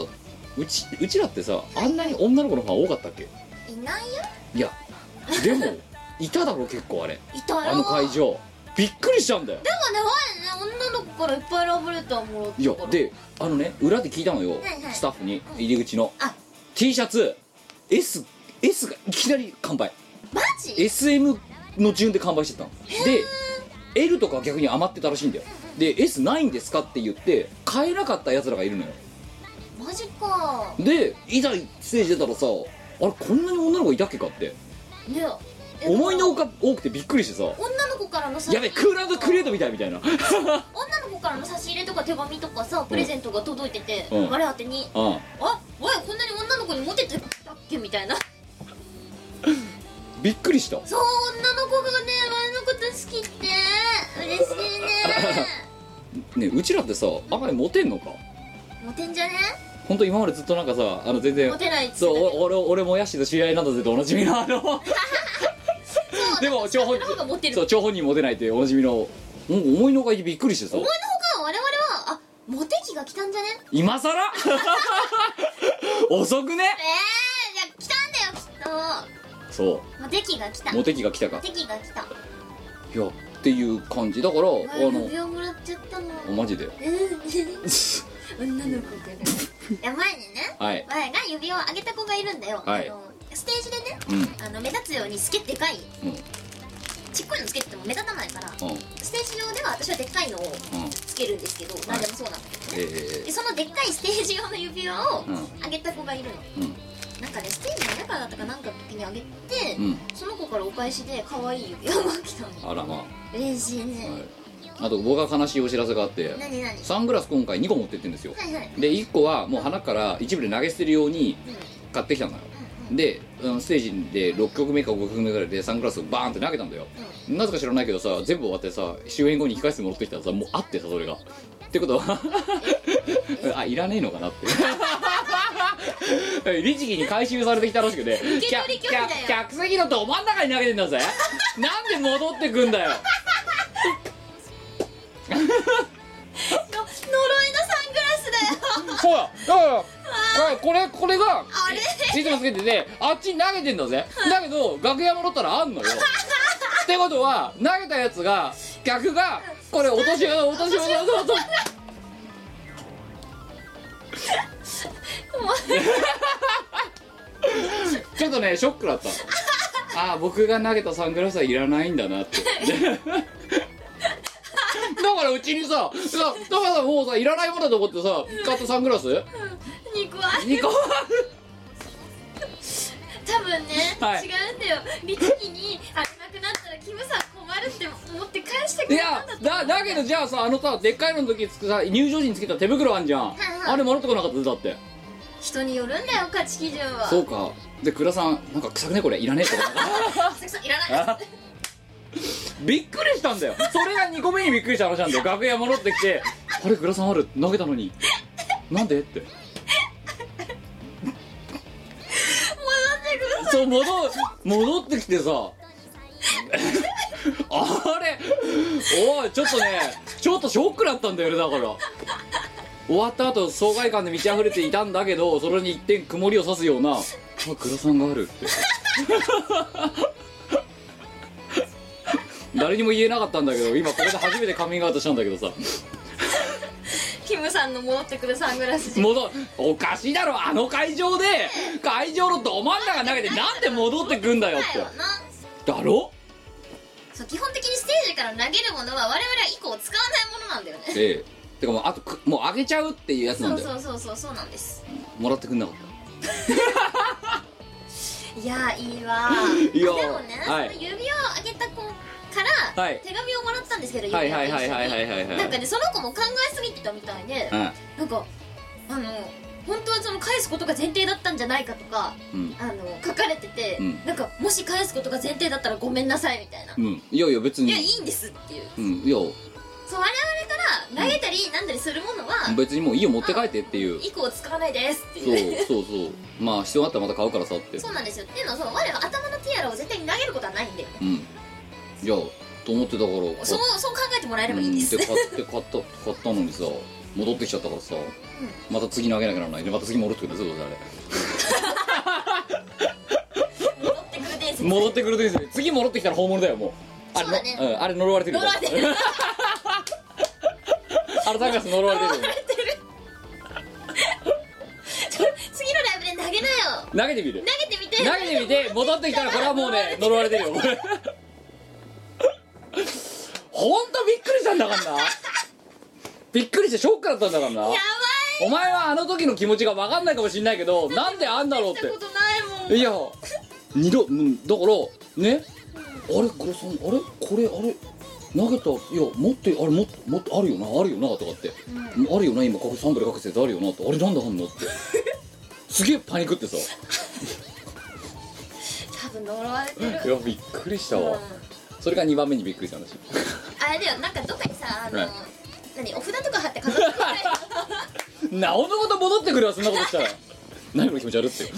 うちうちらってさあんなに女の子のファン多かったっけいないよいやで もいただろ結構あれいたよあの会でもね場びっくりしちゃうんだよ我ね女の子からいっぱいラブレターもらっいやたからであのね裏で聞いたのよ、はいはいスタッフに入り口のあ T シャツ SS がいきなり完売マジ SM の順で完売してたので L とかは逆に余ってたらしいんだよで S ないんですかって言って買えなかったやつらがいるのよマジかでいざステージ出たらさあれこんなに女の子いたっけかってねえ思いのほか多くてびっくりしてさ女の子からの差しやべクーラーズクレードみたいみたいな女の子からの差し入れとか手紙とかさプレゼントが届いてて、うんあれ宛てにうん「あおいこんなに女の子にモテてたっけ?」みたいなびっくりしたそう女の子がね我のこと好きって嬉しいねねうちらってさ赤いモテんのかモテんじゃね本当今までずっとなんかさあの全然モテないっつってたそけどうお俺俺もやしと知り合いなんだぜとおなじみのあのでも張本私の方がモテるそう張本人モテないっておなじみのうん思いのほかいてびっくりしてさ思いのほか我々はあモテ期が来たんじゃね今更 遅くねええー、いや来たんだよきっそとモテ期が来たうモモテ期が来たかテ期が来たいやっていう感じだからあ前の指輪もらっちゃったのおマジで女の子からいや前にねはい前が指輪を上げた子がいるんだよ、はいあのステージでね、うんあの目立つようにすげえでかいうんちっこいのつけてても目立たないからうんステージ用では私はでっかいのをうんつけるんですけど、は何いでもそうなんだけどね、えでそのでっかいステージ用の指輪をうん上げた子がいるの、えうんなんかねステージの中だったかなんかの時にあげて、うんその子からお返しで可愛い指輪が来たのあらまあ、は嬉しいね、い、あと僕が悲しいお知らせがあって何何サングラス今回2個持ってってんですよはいはいで1個はもう鼻から一部で投げ捨てるように買ってきたのよであのステージで6曲目か5曲目ぐらいでサングラスをバーンって投げたんだよなぜか知らないけどさ全部終わってさ終演後に控室に戻ってきたらさもうあってさそれがってことは あいらねえのかなって 律儀に回収されてきたらしくて受け取り拒否だよ客客席のど真ん中に投げてんだぜなんで戻ってくんだよの呪いのサンだからだからこれこれがれシートもつけててあっちに投げてんだぜだけど楽屋戻ったらあ んのよってことは投げたやつが逆がこれ落とし物落とし物落としもう物 ちょっとねショックだった ああ僕が投げたサングラスはいらないんだなってだからうちにささだからさもうさいらないものだと思ってさ買ったサングラス肉は2個多分ね、はい違うんだよ律儀にあげなくなったらキムさん困るって思って返してくいれたやんだとだだけどじゃあさあのさでっかいのの時つくさ入場時につけた手袋あんじゃんいはいあれもらってこなかっただって人によるんだよ価値基準はそうかで倉さんなんか臭くねこれいらねえとかあさきさんいらない びっくりしたんだよそれが2個目にびっくりした話なんだよ楽屋戻ってきて「あれ倉さんある投げたのになんで?」ってそう戻戻ってきてさあれおいちょっとねちょっとショックだったんだよねだから終わった後爽快感で満ち溢れていたんだけどそれに一点曇りを差すような「あ黒さんがある」って誰にも言えなかったんだけど今ここで初めてカミングアウトしたんだけどさキムさんの戻ってくるサングラス戻おかしいだろあの会場で会場のど真ん中投げてなんで戻ってくんだよっだよてなだろそう基本的にステージから投げるものは我々は以降使わないものなんだよねええてかもうあとくもうあげちゃうっていうやつなそんうだよそうそうそうそうなんですもらってくんなかっいやーいいわいいよでもね、はいその指輪をあげた子から、はい手紙をもらったんですけどたは指い輪はとい一緒はいにはいはいはいはいなんかねその子も考えすぎてたみたいで、なんかあの本当はその返すことが前提だったんじゃないかとかうんあの書かれてて、うんなんかもし返すことが前提だったらごめんなさいみたいな、うん、うん、いやいや別いにやいいんですっていううんいやそう我々から投げたりなんだりするものは、別にもういいよ持って帰ってっていう以降使わないですってそういうそうそうまあ必要あったらまた買うからさってそうなんですよっていうのはその我は頭のティアラを絶対に投げることはないんでうんいやと思ってたからそうそう考えてもらえればいいです、うんで買って買った買ったのにさ戻ってきちゃったからさ、また次投げなきゃならないでまた次戻ってくるんですよどうせあれ戻ってくる伝説戻ってくるといいですね次戻ってきたら本物だよもうあれそうだねのうんあれ呪われてる呪からわれてるあれサングラス呪われてる呪われてる次のライブで投げなよ投げてみる投げてみて投げてみて戻ってきたらこれはもうね呪われてるよ俺ほんとびっくりしたんだからなびっくりしてショックだったんだからなやばいお前はあの時の気持ちが分かんないかもしんないけどなんであんだろうっしたこてとないもんいや二度うんだからねあれこれさんあれこれあれ投げたいや持ってあれもっともっとあるよなあるよなとかって、あるよな今ここサンプルかけててあるよなってあれなんだあん のってすげえパニックってさ多分呪われてるいやびっくりしたうんわ、それが2番目にびっくりした話あれだよなんかどっかにさあの、はい何お札とか貼って飾ってくれないなおのこと戻ってくるわそんなことしたら何この気持ち悪い って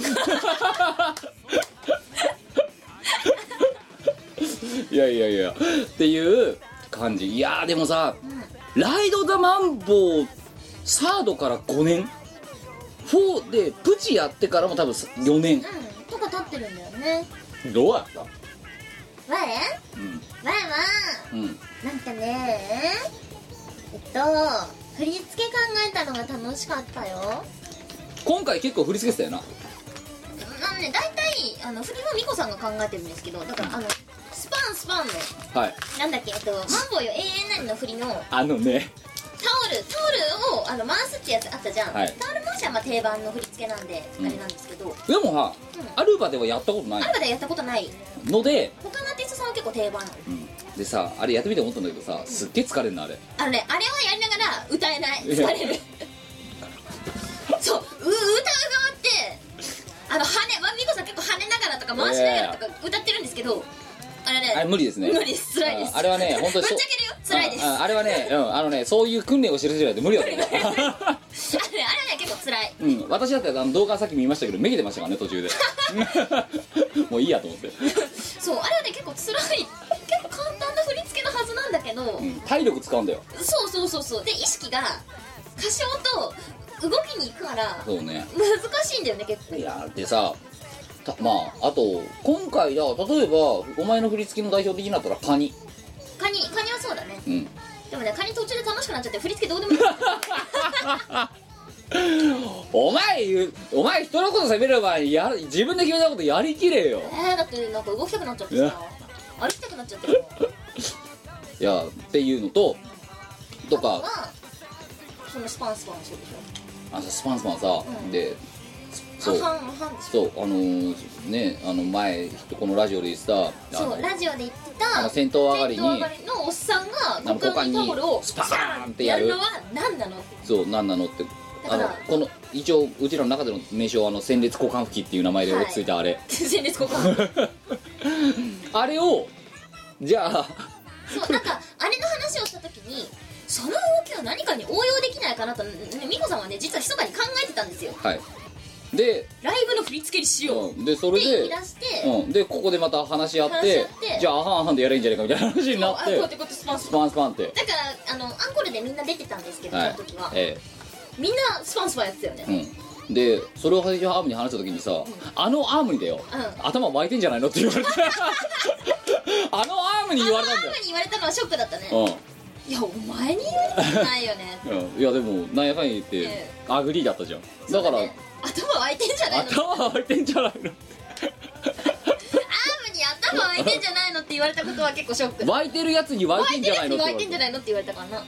いやいやいやっていう感じいやーでもさ、ライド・ザ・マンボウサードから5年4でプチやってからも多分4年うんとか取ってるんだよねどうやった我う我はんうんなんかねえっと振り付け考えたのが楽しかったよ今回結構振り付けてたよななんで大体あの振りは美子さんが考えてるんですけどだからあのスパンスパンのはいなんだっけえっとマンボウよ永遠なりの振りのタあのねオルタオルをあの回すってやつあったじゃん、はいタオル回しはまあ定番の振り付けなんで、うんあれなんですけどでもさ、うアルバではやったことなあんまいでやったことないので、他のアーティストさんは結構定番でさあれやってみて思ったんだけどさすっげえ疲れるなあれあのねあれをやりながら歌えないいや疲れるそうう歌う側ってあの跳ねまあ美子さん結構跳ねながらとか回しながらとか歌ってるんですけどあれあれね無理ですね無理です辛いですああれはね本当ぶにっちゃそうけるよ辛いですあああれはね、うん、あのねそういう訓練をしてる人じゃないと無理だと あれねあれね結構辛い思う、うん、私だってあの動画さっき見ましたけどめげてましたからね途中 でもういいやと思って、そうあれはね結構辛い結構簡単な振り付けのはずなんだけど、うん、体力使うんだよそうそうそうそうで意識が歌唱と動きに行くからそうね難しいんだよね結構いやでさたまああと今回だ例えばお前の振り付けの代表的になったらカニカニカニはそうだねうんでもねカニ途中で楽しくなっちゃって振り付けどうでもいいお前言うお前人のこと責める前にやる自分で決めたことやりきれよえー、だってなんか動きたくなっちゃっていやさ歩きたくなっちゃってるいやっていうのととかはそのスパンスパンそうでしあょのスパンスマンさ、うんでそう半々半々でしそょうあのーねあの前このラジオで言ってたあそのうラジオで言ってあたの戦闘上がりに戦闘のおっさんあのが股間にタオルをスパーンってややるるのは何なのそう何なのってあだのからこの一応うちらの中での名称はあの戦列交換機っていう名前ではい落ち着いたあれ、前 列股間あれをじゃあ そうなんかあれの話をした時にその動きを何かに応用できないかなとね美子さんはね実は密かに考えてたんですよはいで、ライブの振り付けにしようっうん、でそてれ言いで出して、うん、でここでまた話し合って話し合ってじゃあアハンアハンでやれんじゃねえかみたいな話になっあこうやっててこうやってスパンススパンパンスパンってだからあのアンコールでみんな出てたんですけど、はいその時は、えみんなスパンスパンやってたよね、えうんでそれを最初アームに話した時にさ、あのアームにだよ、ん頭巻いてんじゃないのって言われてあのアームに言われたんあだんよまに言われたのはショックだったね、うんいやお前に言われたくないよねうんいやでもなんやかんや言って、えアグリーだったじゃんだから、ね頭開いてんじゃないの頭開いてんじゃないアームに頭開いてんじゃないのって言われたことは結構ショックの湧いてるやつに湧い開ていんじてるゃなやいつのってに言湧われいてんじてゃないのって言われたからな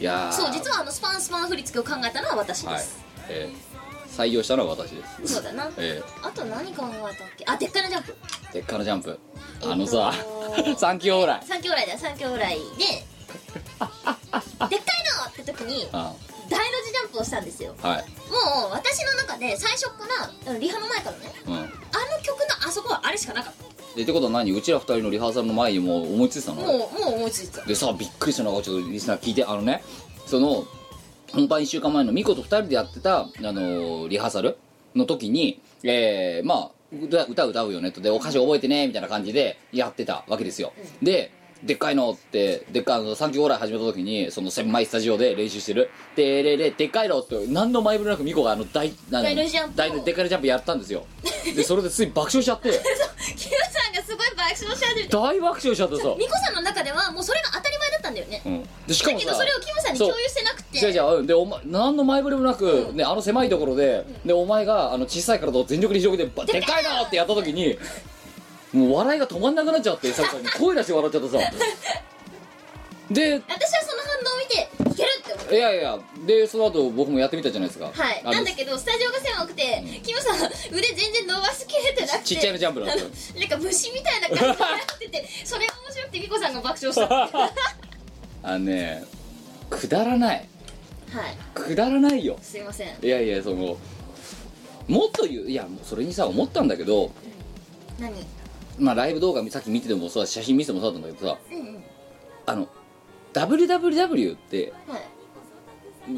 いやーそう実はあのスパンスパン振り付けを考えたのは私ではいす、、えー採用したのは私ですそうだなえあと何考えたっけあでっかなジャンプー、でっかなジャンプあのさえっと三級オーライ三兄弟だよ三兄 弟ででっかいのって時にあ大の字ジャンプをしたんですよはいもう私の中で最初っからリハの前からねうんあの曲のあそこはあれしかなかったでってことは何うちら二人のリハーサルの前にもう思いついてたのもうもう思いついてたでさびっくりしたのがちょっとリスナー聞いてあのねその本番1週間前のミコと2人でやってた、あのーリハーサルの時にえー、まあ歌歌歌うよねとでお歌詞覚えてねみたいな感じでやってたわけですよ、ででっかいのってでっかいあの3期ぐらい始めた時にその狭いスタジオで練習してるでれれでっかいのって何の前触れなくミコがあの大な大のジャンプを大のでっかいのジャンプやったんですよでそれでつい爆笑しちゃって キムさんがすごい爆笑し始めて大爆笑しちゃってさミコさんの中ではもうそれが当たり前だったんだよねうんでしかだもけさどそれをキムさんに共有してなくて違う違ううんでお前何の前触れもなく、ねあの狭いところで、でお前があの小さい体を全力で広げてばでっかいなってやった時にもう笑いが止まんなくなっちゃって久々に声出して笑っちゃ ってさで私はその反応を見ていけるって思っいやいやでその後僕もやってみたじゃないですかたはいあのなんだけどスタジオが狭くて、キムさん腕全然伸ばしきれてなくてちちっちゃいのジャンプなんですよあのなんか虫みたいな感じになってて それが面白くてミコさんが爆笑 したはあのねくだらないいくだらないよすいませんいやいやそのもっと言ういやもうそれにさ思ったんだけど何まあライブ動画さっき見ててもそうだし写真見ててもそうだったんだけどさうんうんあの WWW っては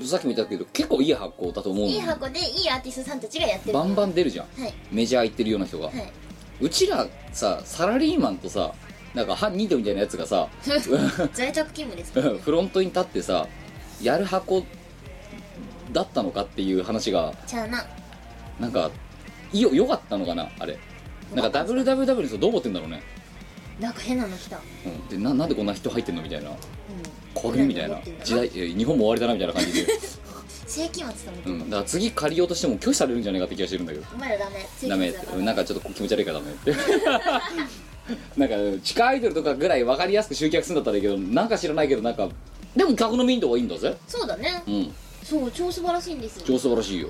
いさっきも言ったけど結構いい発行だと思うのいい箱でいいアーティストさんたちがやってるバンバン出るじゃんはいメジャー行ってるような人が、は いうちらさサラリーマンとさなんかハニートみたいなやつがさ 在宅勤務ですからフロントに立ってさやる箱だったのかっていう話がじゃあななんかいよ良かったのかなあれなんか WWW の人どう思ってんだろうね、なんか変なの来たうんうん、でななんでこんな人入ってんのみたいなこれみたいななんで思ってんだ時代え日本も終わりだなみたいな感じで、世紀末と見てうる、ん、だから次借りようとしても拒否されるんじゃないかって気がしてるんだけどお前らダメ世紀末ダメっだてからなんかちょっと気持ち悪いからダメって なんか地下アイドルとかぐらい分かりやすく集客するんだったらいいけどなんか知らないけどなんかでも客の民度はいいんだぜそうだねうんそう超素晴らしいんですよ超素晴らしいよ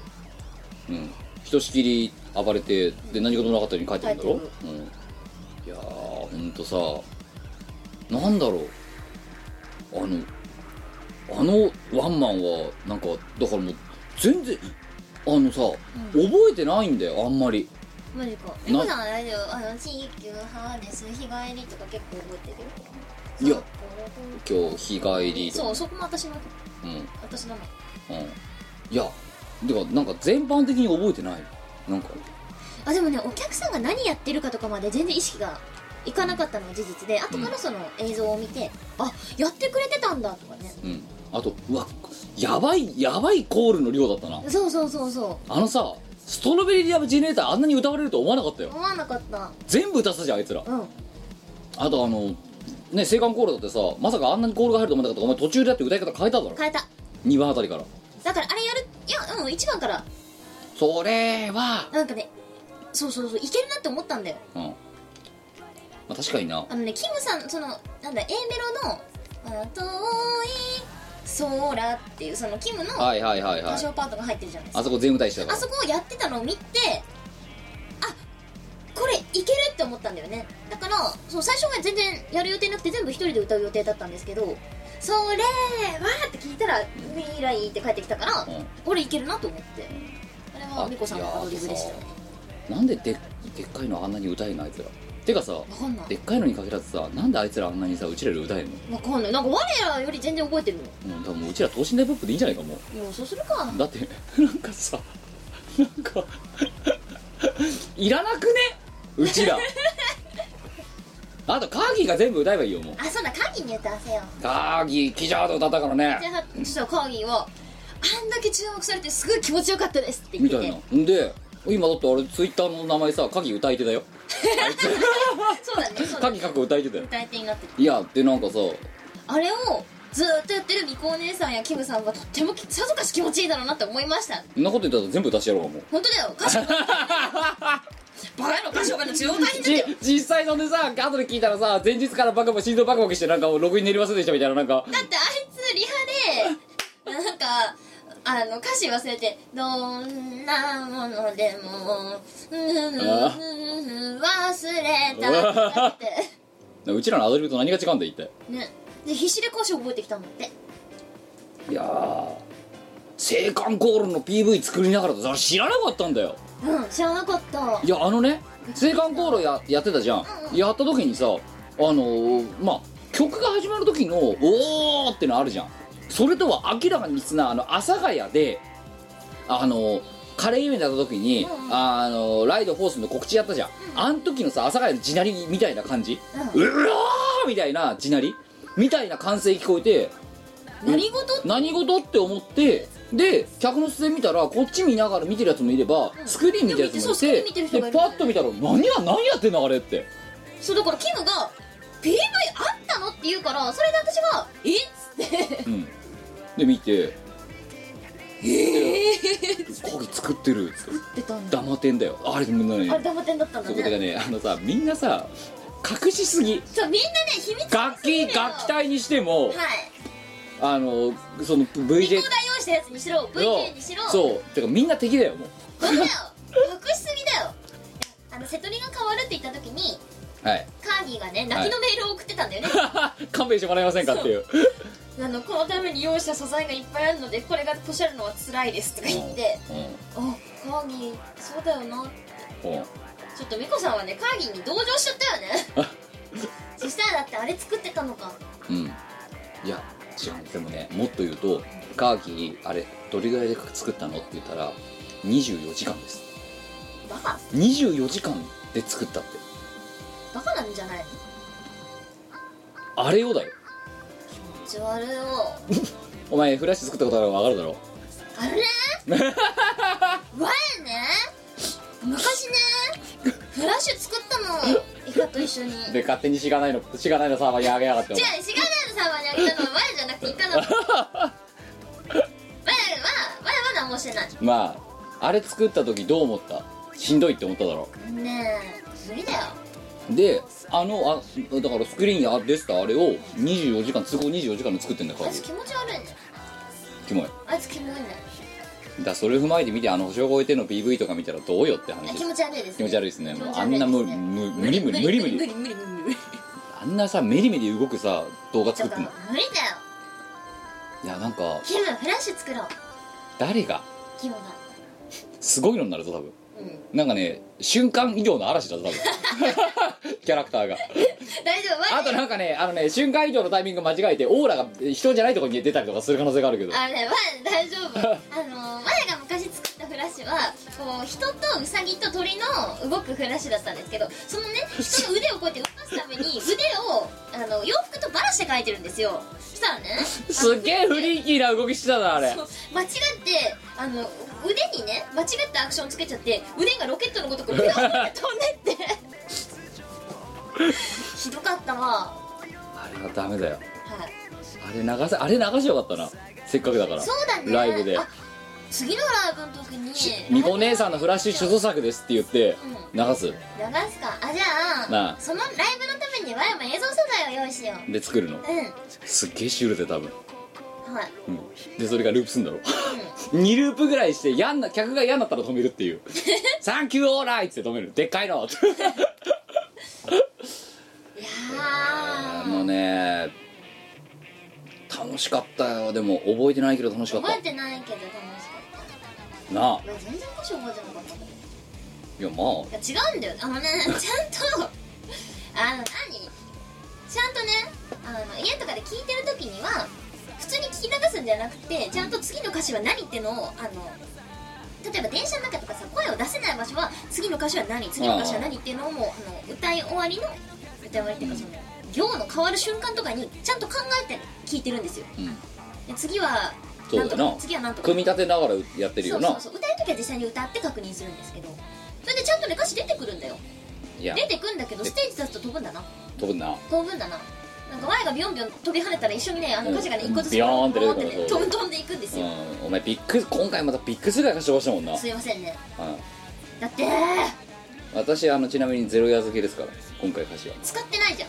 うんひとしきり暴れてで何事もなかったように帰ってくんだろ、うん、いやーほんとさなんだろうあのあのワンマンはなんかだからもう全然あのさ、覚えてないんだよあんまりマジかな猫さんあれだよあの地域派です日帰りとか結構覚えてるいや今日日帰りとかそうそこも私のうん私なのうんいやでかなんか全般的に覚えてないなんかあでもねお客さんが何やってるかとかまで全然意識がいかなかったのは事実で後からその映像を見て、あやってくれてたんだとかねうんあとうわやばいやばいコールの量だったなそうそうそうそあのさストロベリーラブジェネレーターあんなに歌われると思わなかったよう思わなかった全部歌ってたじゃんあいつらうんあとあのね青函コールだってさまさかあんなにコールが入ると思わなかったからお前途中でだって歌い方変えただろ変えた2番あたりからだからあれやるいやうん1番からそれはなんかねそうそうそういけるなって思ったんだようんまあ確かになあのねキムさんそのなんだ A メロの「あ遠い空」っていうそのキムのはいはいはいは歌い唱パートが入ってるじゃないですか、あそこ全部歌いしたかあそこをやってたのを見てあこれいけるって思ったんだよねだからそう最初は全然やる予定なくて全部一人で歌う予定だったんですけど「それは」って聞いたら「未来」って帰ってきたから、うんこれいけるなと思ってあれあは美子さんのアドリブでしたねらなんでででっかいのあんなに歌えんのあいつらてかさわかんなでいっかいのに限らずさなんであいつらあんなにさうちらより歌えんのわかんないなんか我らより全然覚えてるのもう多分うちら等身大ポップでいいんじゃないかもうもうそうするかだって なんかさなんかいらなくねうちらあとカーギーが全部歌えばいいよもうあそうだカーギーに歌わせようカーギーキジャード歌ったからねでそしたらカーギーはあんだけ注目されてすごい気持ちよかったですって言みってたていなんで今だって俺ツイッターの名前さカギ歌い手だよあいつそうだねそうだカねギカギ歌い手だよ歌い手になってていやでなんかさあれをずーっとやってるみこお姉さんやキムさんがとってもさぞかし気持ちいいだろうなって思いましたそんなこと言ったら全部出してやろうかもう本当だよ 歌手バカ野郎歌手お金の中央大変だよじ実際そんでさ後で聞いたらさ前日からバカバカ心臓バカバカしてなんかログイン練り忘れてしたみたいななんかだってあいつリハでなんかあの歌詞忘れて「どんなものでもうんうんうんうん忘れた」って言ってうちらのアドリブと何が違うんだよ一体ねで必死で歌詞覚えてきたんだっていやー青函コールの PV 作りながらさ知らなかったんだようん知らなかったいやあのね青函航路ややってたじゃんうんうんやった時にさあのーまあ曲が始まる時の「おー!」ってのあるじゃんそれとは明らかに別なあの阿佐ヶ谷であのーカレーイベントやった時に、うんうんあのーライドホースの告知やったじゃん、あん時のさ阿佐ヶ谷の地鳴りみたいな感じ、ううわーみたいな地鳴りみたいな歓声聞こえて何事って何事って思ってで客の視線見たらこっち見ながら見てるやつもいれば、スクリーン見てるやつもいてでも見てそうスクリーン見てる人がでいるパッと見たら何や何やってんのあれってそうだからキムが「PV あったの?」って言うからそれで私が「えっ?」つってうんで見てええ鍵作ってるっつって出たんだダマてんだよあれもうねあれダマテンだったんだそこでねねあのさみんなさ隠しすぎそうみんなね秘密楽器にしろ楽器隊にしても、はいあのそのリコ VJ ーダー用意したやつにしろ VJ にしろうそうてかみんな敵だよもうだよ隠しすぎだよあの瀬戸りが変わるって言った時にはい カーギーがね泣きのメールを送ってたんだよね、勘弁してもらえませんかっていうあのこのために用意した素材がいっぱいあるのでこれがポシャるのは辛いですとか言って、あカーギーそうだよなうんうんちょっと美子さんはねカーギーに同情しちゃったよね そしたらだってあれ作ってたのかうんいや違うでもねもっと言うとカーキーあれどれぐらいで作ったのって言ったら24時間ですバカ24時間で作ったってバカなんじゃないあれをだよ気持ち悪いよお前フラッシュ作ったことあるから分かるだろあれね我ね昔ねフラッシュ作っ たのイカと一緒に違うで勝手にしがないのしがないのサーバーに上げやがってお前シガナル様にあげたのは我じゃなくてイカ だった我は我は何もしてないまああれ作った時どう思ったしんどいって思っただろねえ無理だよであのあだからスクリーンにあ出てたあれを24時間都合24時間で作ってんだよカあーいキつー気持ち悪いねキモいだかあいつキモいねらそれを踏まえてみてあの星を越えての PV とか見たらどうよって話あです気持ち悪いです、ね、気持ち悪いですねもう気持ちあ悪いんですなね無無無理無理無理無理無理無理無理無理無理あんなさメリメリ動くさ動画だ作っかてんらの無理だいやよなんかキムフラッシュ作ろう誰がキムがすごいのになるぞ多分うんなんかね瞬間移動の嵐だ ぞ多分キャラクターが大丈夫あ我となんかねあのね瞬間移動のタイミング間違えてオーラが人じゃないところに出たりとかする可能性があるけどあれは大丈夫あの我が昔作ったフラッシュはこう人とウサギと鳥の動くフラッシュだったんですけどそ のね人の腕をこうやって動かすために腕をあの洋服とバラして描いてるんですよそしてたのねすっげえフリーキーな動きしてたなあれそう間違ってあの腕にね間違ってアクションつけちゃって腕がロケットのごとくピロンって飛んでって ひどかったわはあれはダメだよいあれ流せあれ流しよかったなせっかくだからそうだねライブであ次のライブの時にみこ姉さんのフラッシュ所蔵作ですって言って流す流すかあじゃあなあそのライブのためにワイも映像素材を用意しようで作るのうすっげえシュールで多分、んはいうん、でそれがループすんだろ2ループぐらいしてやんな客が嫌になったら止める っていう「サンキューオーライ!」って止めるでっかいのいやあーのね楽しかったよでも覚えてないけど楽しかっ覚えたてないけど楽しかっなあたまあ全然歌詞覚えてなかったもんいやまあいや違うんだよあのね ちゃんとあの何ちゃんとねあの家とかで聞いてる時には普通に聞き流すんじゃなくてちゃんと次の歌詞は何ってのをあの例えば電車の中とかさ声を出せない場所は次の歌詞は何次の歌詞は何っていうのをもうあの歌い終わりの歌い終わりっていうかその行の変わる瞬間とかにちゃんと考えて聞いてるんですようんで次はそうだよなんとなか次は何とか組み立てながらやってるよなそうそうそう歌う時は実際に歌って確認するんですけどそれでちゃんとね歌詞出てくるんだよいや出てくんだけどでステージ立つと飛ぶんだな飛ぶな飛ぶんだななんか前がビョンビョン飛び跳ねたら一緒にねあの歌詞がねうん一個ずつビヨーンって出てくビるヨーンってね飛ん飛んでいくんですよ、うんお前ビック今回またビックスぐらい貸してましたもんな、うんすいませんねだって私あのちなみにゼロ夜漬けですから今回歌詞は、使ってないじゃ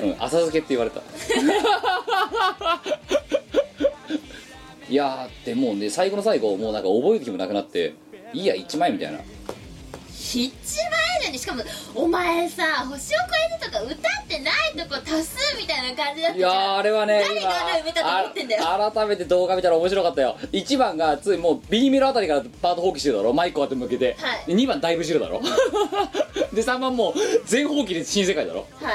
んうん、浅漬けって言われたいやーってもうね最後の最後もうなんか覚える気もなくなっていいや一枚みたいな一番いいのにしかもお前さ「星を越えて」とか歌ってないとこ多数みたいな感じだったいじやゃーんあれはね誰があれを見たと思ってんだよあ改めて動画見たら面白かったよ1番がついもう B メロあたりからパート放棄してるだろマイクこうやって向けて、はいで2番だいぶしてるだろ で3番もう全放棄で新世界だろは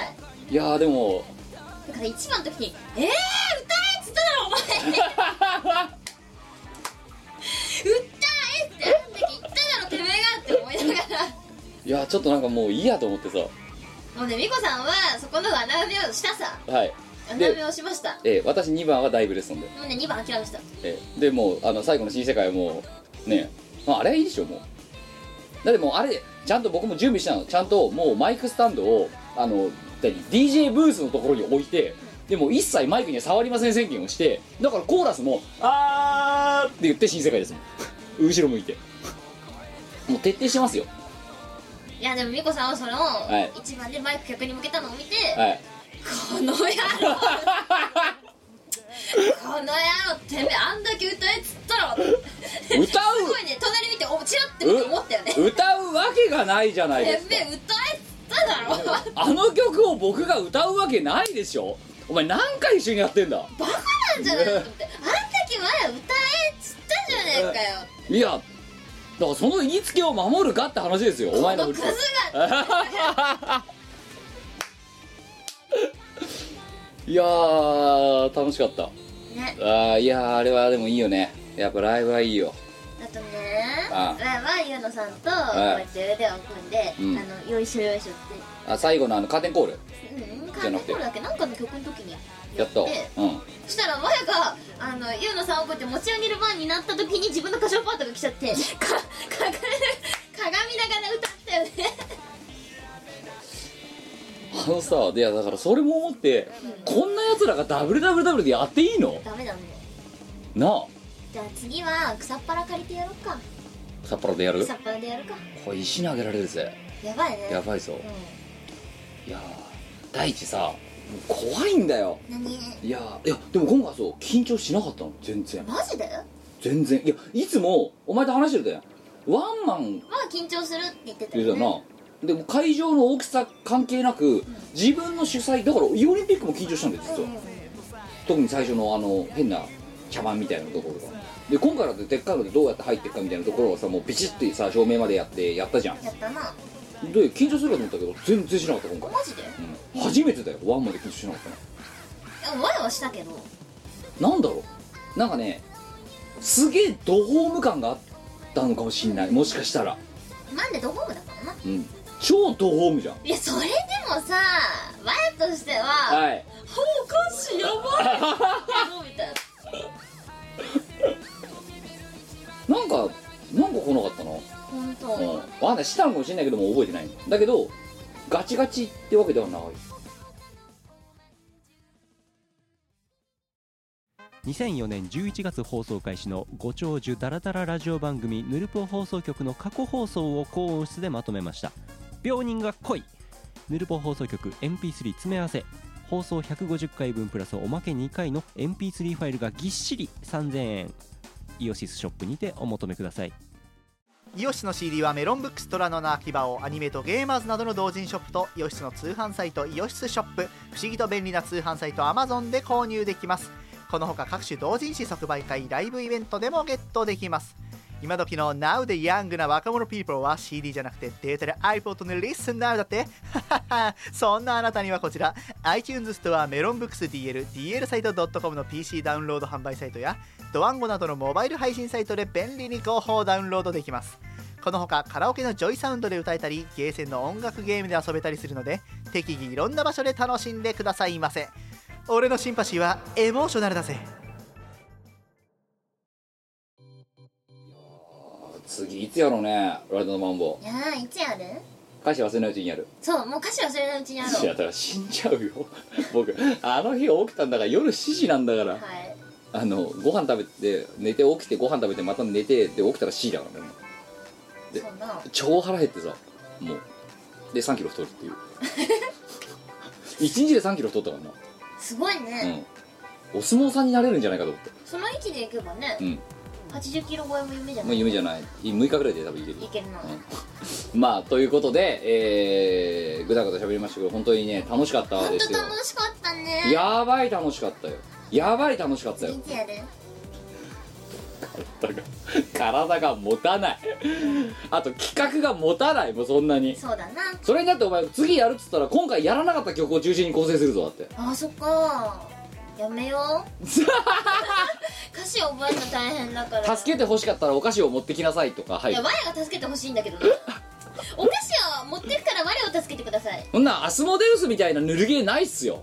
いいやーでもだから一番の時に「えー、歌え!」っつっただろお前歌えってあの時言っただろてめえがって思いながらいやーちょっとなんかもういいやと思ってさもうね美子さんはそこの穴埋めをしたさはい穴埋でめ、をしましたえー私2番はダイブレスなんで、もうね2番諦めしたえーでもうあの最後の新世界はもうねまあ、あれはいいでしょもうだってもうあれちゃんと僕も準備したのちゃんともうマイクスタンドをあの何 DJ ブースのところに置いてでも一切マイクには触りません宣言をしてだからコーラスも「あー」って言って新世界ですもん後ろ向いてもう徹底してますよいやでも美子さんはそれをい一番でマイク客に向けたのを見て、はいこの野郎この野郎てめえあんだけ歌えっつったろ歌うすごいね隣見ておチラって見て思ったよね歌うわけがないじゃないでてすかめえ歌えっつっただろあの曲を僕が歌うわけないでしょお前何回一緒にやってんだバカなんじゃないのと思ってあん時前歌えっつったじゃねえかよいやだからその言いつけを守るかって話ですよお前のこの振クりズがいやー楽しかったねあーいやーあれはでもいいよねやっぱライブはいいよあとねああまあまあゆうのさんいとこうやって腕を組んで、うんあのよいしょよいしょっあ最後のあのカーテンコールてうんじゃ韓な国くて頃だっけなんかの曲の時にやっとてうんそしたらマヤがあのゆうのさんをこうやって持ち上げる番になった時に自分の歌唱パートが来ちゃってかか鏡ながら歌ったよねあのさでいやだからそれも思ってこんなやつらが WWW でやっていいのダメだねなあじゃあ次は草っぱら借りてやろうか札幌でやる草っぱらでやるかこれ石投げられるぜやばいねやばいぞういやー大地さもう怖いんだよん何いやーいやでも今回そう緊張しなかったの全然マジで全然いやいつもお前と話してるだよワンマンまあ緊張するって言ってたでよだねなでも会場の大きさ関係なく自分の主催だからオリンピックも緊張したんだよ実は特に最初のあの変な茶番みたいなところがで今回だってでっかいのでどうやって入っていくかみたいなところをさもうビチッてさ照明までやってやったじゃんやったなで緊張するかと思ったけど全然しなかった今回マジでうん初めてだよワンマンで緊張しなかったねでも我はしたけどなんだろうなんかねすげえドホーム感があったのかもしんないもしかしたらなんでドホームだからなうん超ドホームじゃんいやそれでもさ我としては、はいほう歌詞やばいや ろうみたいななんかなんか来なかったな本当うんわかんないしたのかもしれないけどもう覚えてないだけどガチガチってわけではない2004年11月放送開始のご長寿ダラダララジオ番組ヌルポ放送局の過去放送を高音質でまとめました病人が来いヌルポ放送局 MP3 詰め合わせ放送150回分プラスおまけ2回の MP3 ファイルがぎっしり3000円イオシスショップにてお求めくださいイオシスの CD はメロンブックストラノの秋葉をアニメとゲーマーズなどの同人ショップとイオシスの通販サイトイオシスショップ不思議と便利な通販サイト Amazon で購入できますこのほか各種同人誌即売会ライブイベントでもゲットできます今時の Now でヤングな若者 people は CD じゃなくてデータで iPod の Listen Now だって そんなあなたにはこちら iTunes ストアメロンブックス DL、DL サイト .com の PC ダウンロード販売サイトやドワンゴなどのモバイル配信サイトで便利に広報ダウンロードできますこのほかカラオケのジョイサウンドで歌えたりゲーセンの音楽ゲームで遊べたりするので適宜いろんな場所で楽しんでくださいませ俺のシンパシーはエモーショナルだぜ次いつやろうねライトのマンボいやーいつやる歌詞忘れないうちにやるそうもう歌詞忘れないうちにやろういやだから死んじゃうよ 僕あの日起きたんだから夜7時なんだからはいあのご飯食べて寝て起きてご飯食べてまた寝てで起きたら C だからねでそうな超腹減ってさもうで3キロ太るっていう 一日で3キロ太ったからなすごいね、うんお相撲さんになれるんじゃないかと思ってその位置でいけばね、うん80キロ超えも夢じゃもなうい夢じゃない6日ぐらいで多分いけるいけるな、うんまあということでえーぐだぐだ喋りましたけど本当にね楽しかったほんでとすよ楽しかったねやばい楽しかったよやばい楽しかったよいつやるだから体が持たないあと企画が持たないもうそんなにそうだなそれになってお前次やるっつったら今回やらなかった曲を中心に構成するぞだってあーそっかやめよ う 歌詞覚えるの大変だから助けて欲しかったらお菓子を持ってきなさいとかはいいや我が助けてほしいんだけどなお菓子を持ってくから我を助けてくださいそんなんアスモデウスみたいなぬるゲーないっすよ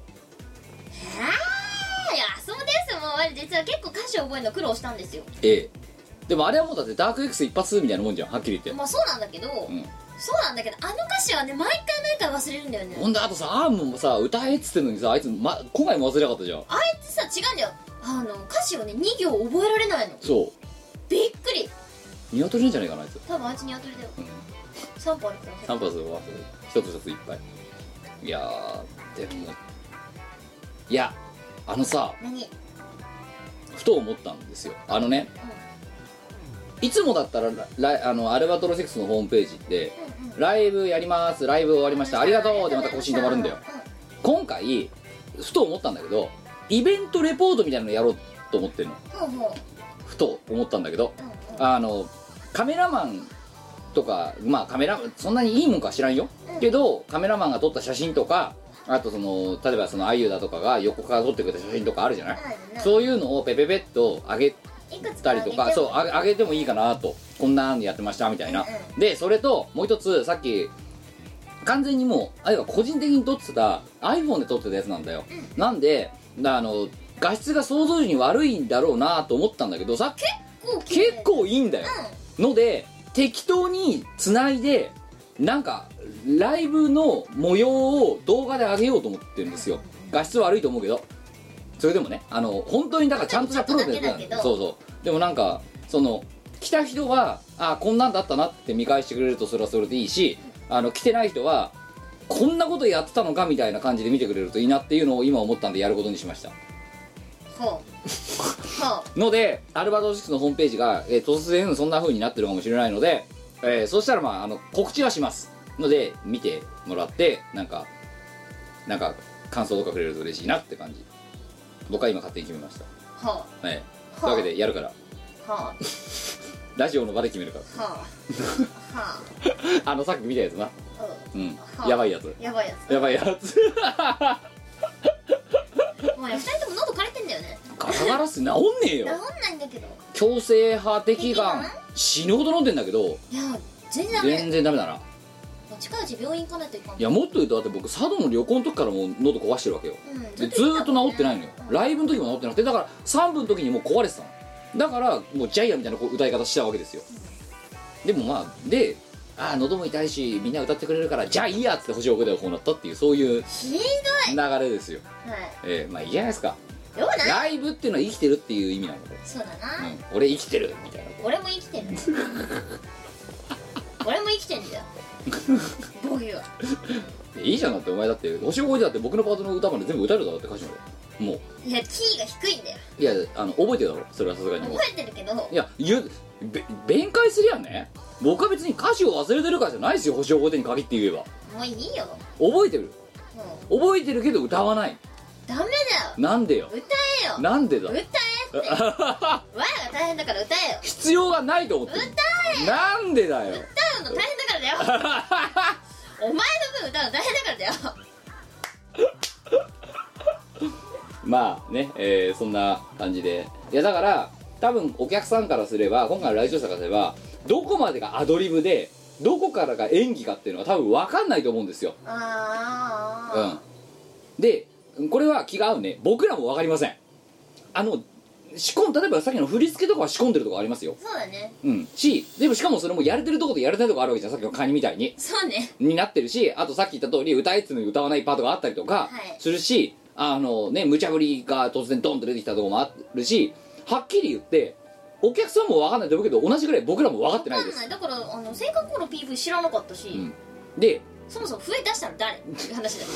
ああいやそうですもん我実は結構歌詞覚えるの苦労したんですよええでもあれはもうだってダーク X 一発みたいなもんじゃんはっきり言って、まあそうなんだけど、んそうなんだけどあの歌詞はね毎回毎回忘れるんだよねほんであとさアームもさ歌えっつってんのにさあいつ、ま、今回も忘れなかったじゃんあいつさ違うんだよあの歌詞をね2行覚えられないのそびっくりうニワトリなんじゃないかなあいつ多分あいつニワトリだよ、うん3歩あるから3発終わって1つ1ついっぱいいやーでもいやあのさ何ふと思ったんですよあのね、いつもだったらラあのアルバトロセックスのホームページって、ライブやりますライブ終わりましたありがとうでまた更新止まるんだよ、今回ふと思ったんだけどイベントレポートみたいなのやろうと思ってるのほうほうふと思ったんだけどうんうんあのカメラマンとかまあカメラそんなにいいもんかは知らんよ、けどカメラマンが撮った写真とかあとその例えばそのあゆだとかが横から撮ってくれた写真とかあるじゃない、うんそういうのをペペペっと上げいくつたりか上げとてかそうあ上げてもいいかなとこんなんやってましたみたいな、うでそれともう一つさっき完全にもうあゆが個人的に撮ってた iPhone で撮ってたやつなんだよ、なんであの画質が想像以上に悪いんだろうなと思ったんだけどさっきこう綺麗結構いいんだよ、ので適当につないでなんかライブの模様を動画で上げようと思ってるんですよ画質悪いと思うけどそれでもねあの本当にだからちゃんとしたプロでやってたんだよちょっとだけだけどそうそうでもなんかその来た人はあこんなんだったなって見返してくれるとそれはそれでいいしあの来てない人はこんなことやってたのかみたいな感じで見てくれるといいなっていうのを今思ったんでやることにしましたほうほうのでアルバトロシックスのホームページが、えー突然そんな風になってるかもしれないので、えーそしたらまああの告知はしますので見てもらってなんかなんか感想とかくれると嬉しいなって感じ僕は今勝手に決めましたほうはいはあというわけでやるからほうほうラジオの場で決める かほらあのさっき見たやつなうううんはあやばいやつんやばいややばいやつつもうね2人とも喉枯れてんだよね肩ガラス治んねえ治よんないんだけど強制派的が的ん死ぬほど飲んでんだけどいや全然ダメ全然ダメだなうか近いうち病院行かないといかんいやもっと言うとだって僕佐渡の旅行の時からもう喉壊してるわけようんでずーっと治ってないのよライブの時も治ってなくてだから3分の時にもう壊れてたのだからもうジャイアンみたいなこう歌い方したわけですよでもまあでああ喉も痛いしみんな歌ってくれるからじゃあいいやっつって星を送でこうなったっていうそういうひどい流れですよはいええまあいいじゃないですかようないライブっていうのは生きてるっていう意味なんだからそうだうな、ん、俺生きてるみたいな俺も生きて る俺も生きてんだよボギーはいいじゃんだってお前だって星を置いてだって僕のパートの歌まで全部歌えるだろだって歌詞までもういやキーが低いんだよいやあの覚えてるだろそれはさすがにもう覚えてるけどいや言うべ弁解すりゃね僕は別に歌詞を忘れてるからじゃないですよ星を覚えてに限って言えばもういいよ覚えてるもう覚えてるけど歌わないダメだよなんでよ歌えよなん でだ歌えってわが大変だから歌えよ必要がないと思ってるなんでだよ歌うの大変 だからだよお前の分歌うの大変だからだよまあね、えーそんな感じでいやだから多分お客さんからすれば今回の来場者からすればどこまでがアドリブでどこからが演技かっていうのは多分分かんないと思うんですよあーうんでこれは気が合うね僕らも分かりませんあの仕込ん例えばさっきの振り付けとかは仕込んでるとこありますよそうだねうんしでもしかもそれもやれてるとことやれてないとこあるわけじゃんさっきのカニみたいにそうねになってるしあとさっき言った通り歌えっつうのに歌わないパートがあったりとはかいするし、あのね無茶ぶりが突然ドンと出てきたとこもあるしはっきり言ってお客さんも分かんないと思うけど同じぐらい僕らも分かってないでわす、かんないだからあの性格の PV 知らなかったし、うん、でそもそも笛出したの誰っていう話だよ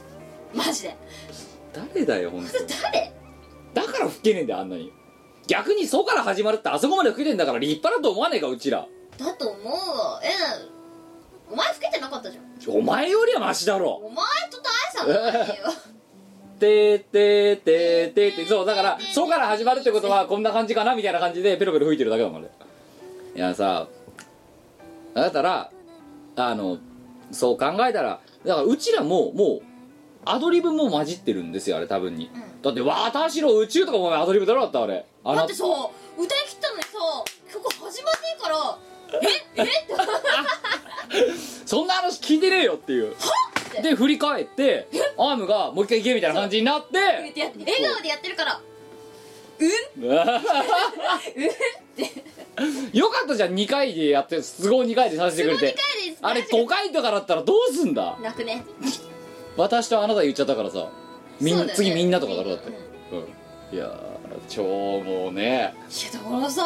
マジで誰だよ本当に誰だから吹けねえんだよあんなに逆に「そ」から始まるってあそこまで吹けてんだから立派だと思わねえかうちらだと思うわえお前老けてなかったじゃんお前よりはマシだろお前と大さんだよてーてーてーてーてーそうだから「そ」から始まるってことはこんな感じかなみたいな感じでペロペロ吹いてるだけだもんねいやさだったらあのそう考えたらだからうちらももうアドリブも混じってるんですよあれ多分に、んだって「私の宇宙」とかもアドリブだろだったあれ あだなってさ歌い切ったのにさ曲始まんねえからええってそんな話聞いてねえよっていうてで振り返ってアームがもう一回行けみたいな感じになっ言っててやって笑顔でやって るからよかったじゃん2回でやって都合2回でさせてくれて帰れあれ5回とかだったらどうすんだ泣くね私とあなた言っちゃったからさみん、そうだよね次みんなとかだろだってうんうんいやー超もうねいやだからさ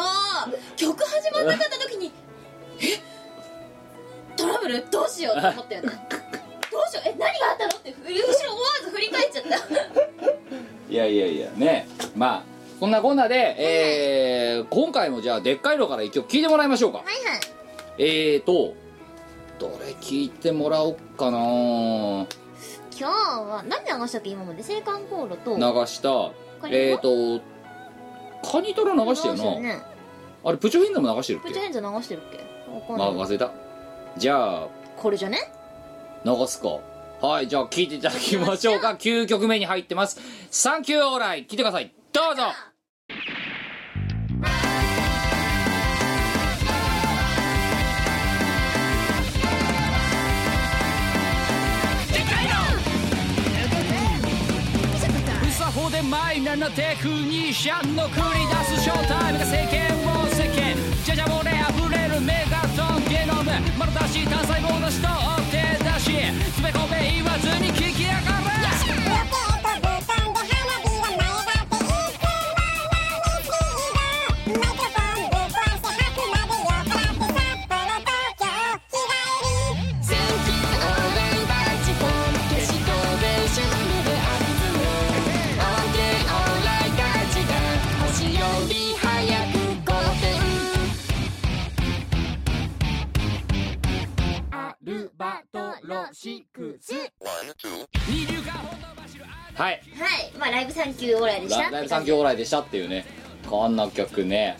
曲始まんなかった時にえトラブルどうしようって思ったよ ねどうしようえ何があったのって後ろ思わず振り返っちゃったいやいやいやねまあそんなこんなで、えー、今回もじゃあでっかいのから一曲聞いてもらいましょうかいはいえーとどれ聞いてもらおっかな今日は何で流したっけ今まで青函航路と流したカニトラえーとカニトラ流したよなねあれプチョフィンダも流してるっプチけヘンズ流してるっけわかんまなあい、忘れたじゃあこれじゃね流すかはいじゃあ聴いていただきましょうか9曲目に入ってますサンキューオーライ聴いてくださいどうぞ作法でマイナーなテクニシャンの繰り出すショータイムが世間を世間じゃじゃ漏れ溢れるメガトンゲノム丸出し単細胞なしとお手出し詰め込め言わずに聞き上がれルバトロシクスはいはいまあライブサンキューオーライでしたラライブ産業オーライでしたっていうねこんな曲ね、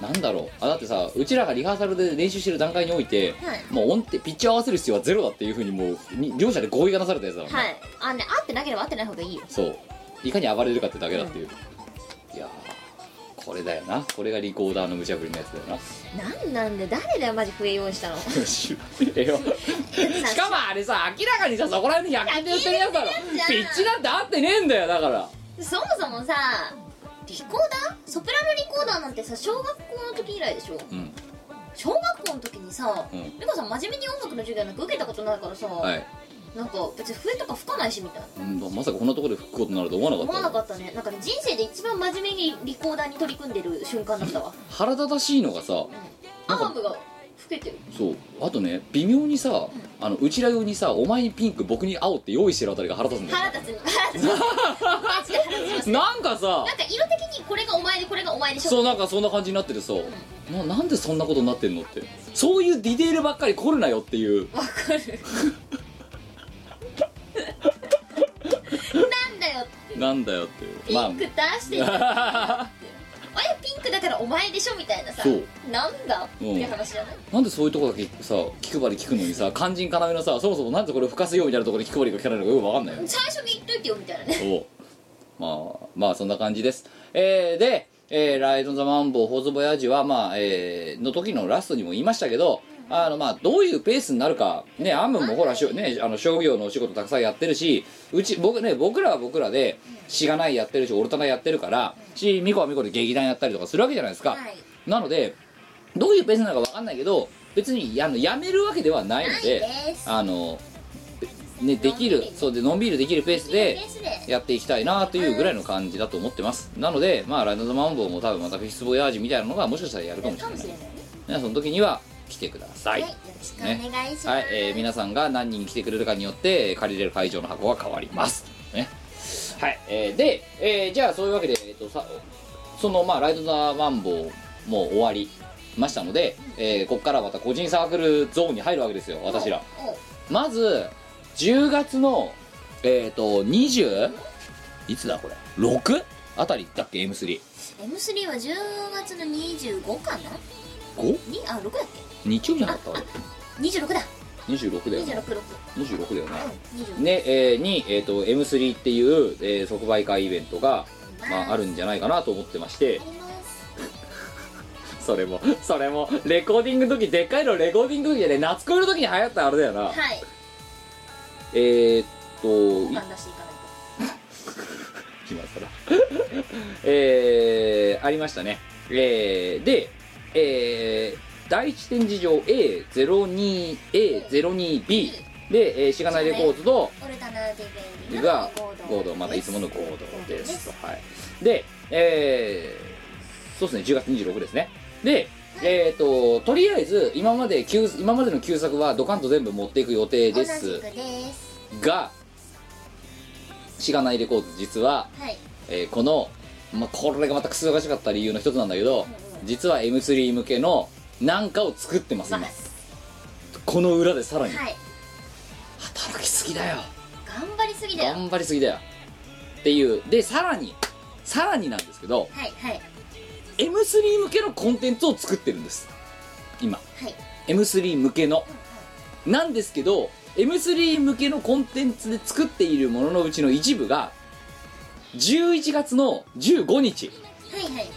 なんだろうあだってさうちらがリハーサルで練習してる段階において、はいもう音程ピッチを合わせる必要はゼロだっていうふうにもうに両者で合意がなされたやつだもんね、はいあね合ってなければ合ってない方がいいよそういかに暴れるかってだけだっていう、いやーこれだよなこれがリコーダーの無茶ぶりのやつだよな なんなんで誰だよマジ笛用意したの知らねえよしかもあれさ明らかにさそこら辺で100均で売ってるやつだろ100ピ均で売ってるやつじッチゃんなんて合ってねえんだよだからそもそもさリコーダーソプラノリコーダーなんてさ小学校の時以来でしょうん小学校の時にさ、うん美香さん真面目に音楽の授業なんか受けたことないからさ、はい、なんか別に笛とか吹かないしみたいなうん、まさかこんなところで吹くことになると思わなかった思わなかったねなんかね人生で一番真面目にリコーダーに取り組んでる瞬間だったわ腹立たしいのがさアなんかームが老けてるそうあとね微妙にさあのうちら用にさお前にピンク僕に青って用意してるあたりが腹立つんだよ腹立つ腹立つ マジで腹立ちますなんかさなんか色的にこれがお前でこれがお前でしょそうなんかそんな感じになってるさ、ななんでそんなことになってんのってそういうディテールばっかり来るなよっていうわかるなんだよなんだよっていうピンク出してるまああれピンクだからお前でしょみたいなさそうなんだ、うんって話じゃないなんでそういうとこだけさ気配り聞くのにさ肝心要のさそもそもなんでこれ吹かせようみたいなところで気配りが聞かないのかよくわかんないよ最初に言っといてよみたいなねそうまあまあそんな感じですえーで、えーライド・ザ・マンボウ・ホーズ・ボヤージュはまあえーの時のラストにも言いましたけどあのまあどういうペースになるかねアムもほらしょ、ね、あの商業のお仕事たくさんやってるしうち僕ね僕らは僕らでしがないやってるしオルタナやってるからしミコはミコで劇団やったりとかするわけじゃないですか、はいなのでどういうペースなのかわかんないけど別にあのやめるわけではないのでないですあのねできるのんびりそうでのんびりできるペースでペースでやっていきたいなというぐらいの感じだと思ってますなのでまあライド・ザ・マンボウも多分またフィス・ボヤージュみたいなのがもしかしたらやるかもしれかなもいしれないねねその時には来てくださ、はいよろしくお願いします、はい、えー皆さんが何人来てくれるかによってえー借りれる会場の箱が変わります。ね。はい、えーで、えーじゃあそういうわけで、えっと、さその、まあ、ライト・ザ・ワンボーも終わりましたので、えーここからまた個人サークルゾーンに入るわけですよ、私ら。おうまず、10月の、えっ、と、20? いつだこれ ?6? あたりだっけ M3。 M3 は10月の25かな 5? にあ6だっ日曜日じゃなかったあけ26だれ26だよね。 266 26だよね。うん26ねえーに、えー、と M3 っていう、えー即売会イベントが、まあ、あるんじゃないかなと思ってましてありますそれもそれもレコーディングの時でっかいのレコーディングの時でね夏コミの時に流行ったあれだよなはいえーっとい今出していかないと今更 えーありましたねえーでえー第一展示場 A02A02B で、えー、しがないレコーズと、オルタナティブがゴード合同またいつもの合同ですとはいでえー、そうですね10月26ですねでえっ、ととりあえず今まで旧今までの旧作はドカンと全部持っていく予定で同すじくですがしがないレコード実は、はいえーこの、まあ、これがまたくすがしかった理由の一つなんだけどうんうん実は M3 向けのなんかを作ってますま今あこの裏でさらにはい働きすぎだよ頑張りすぎだよ頑張りすぎだよっていうでさらにさらになんですけどはいはい M3 向けのコンテンツを作ってるんです今はい M3 向けのうんうんなんですけど M3 向けのコンテンツで作っているもののうちの一部が11月の15日はいはい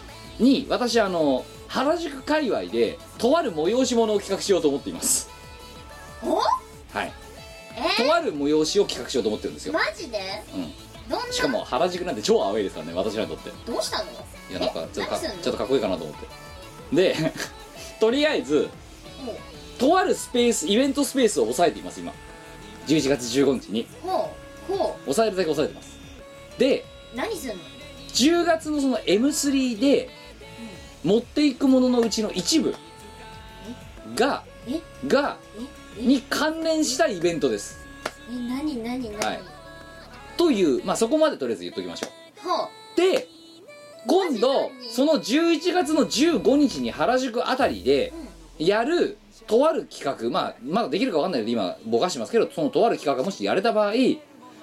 に私あの原宿界隈でとある催し物を企画しようと思っていますおはいえとある催しを企画しようと思ってるんですー、よマジでうんどんなしかも原宿なんて超アウェイですからね私らにとってどうしたのいやなんかちょっとかえ何すんのちょっとかっこいいかなと思ってで とりあえずとあるスペースイベントスペースを抑えています今11月15日にほうほ抑えるだけ抑えてますでう何すんの10月のその M3 で持っていくもののうちの一部がえがええに関連したイベントですえ何何何、はいというまあそこまでとりあえず言っときましょうほうで今度マジ何その11月の15日に原宿あたりでやるとある企画まあまだできるか分かんないので今ぼかしてますけどそのとある企画がもしやれた場合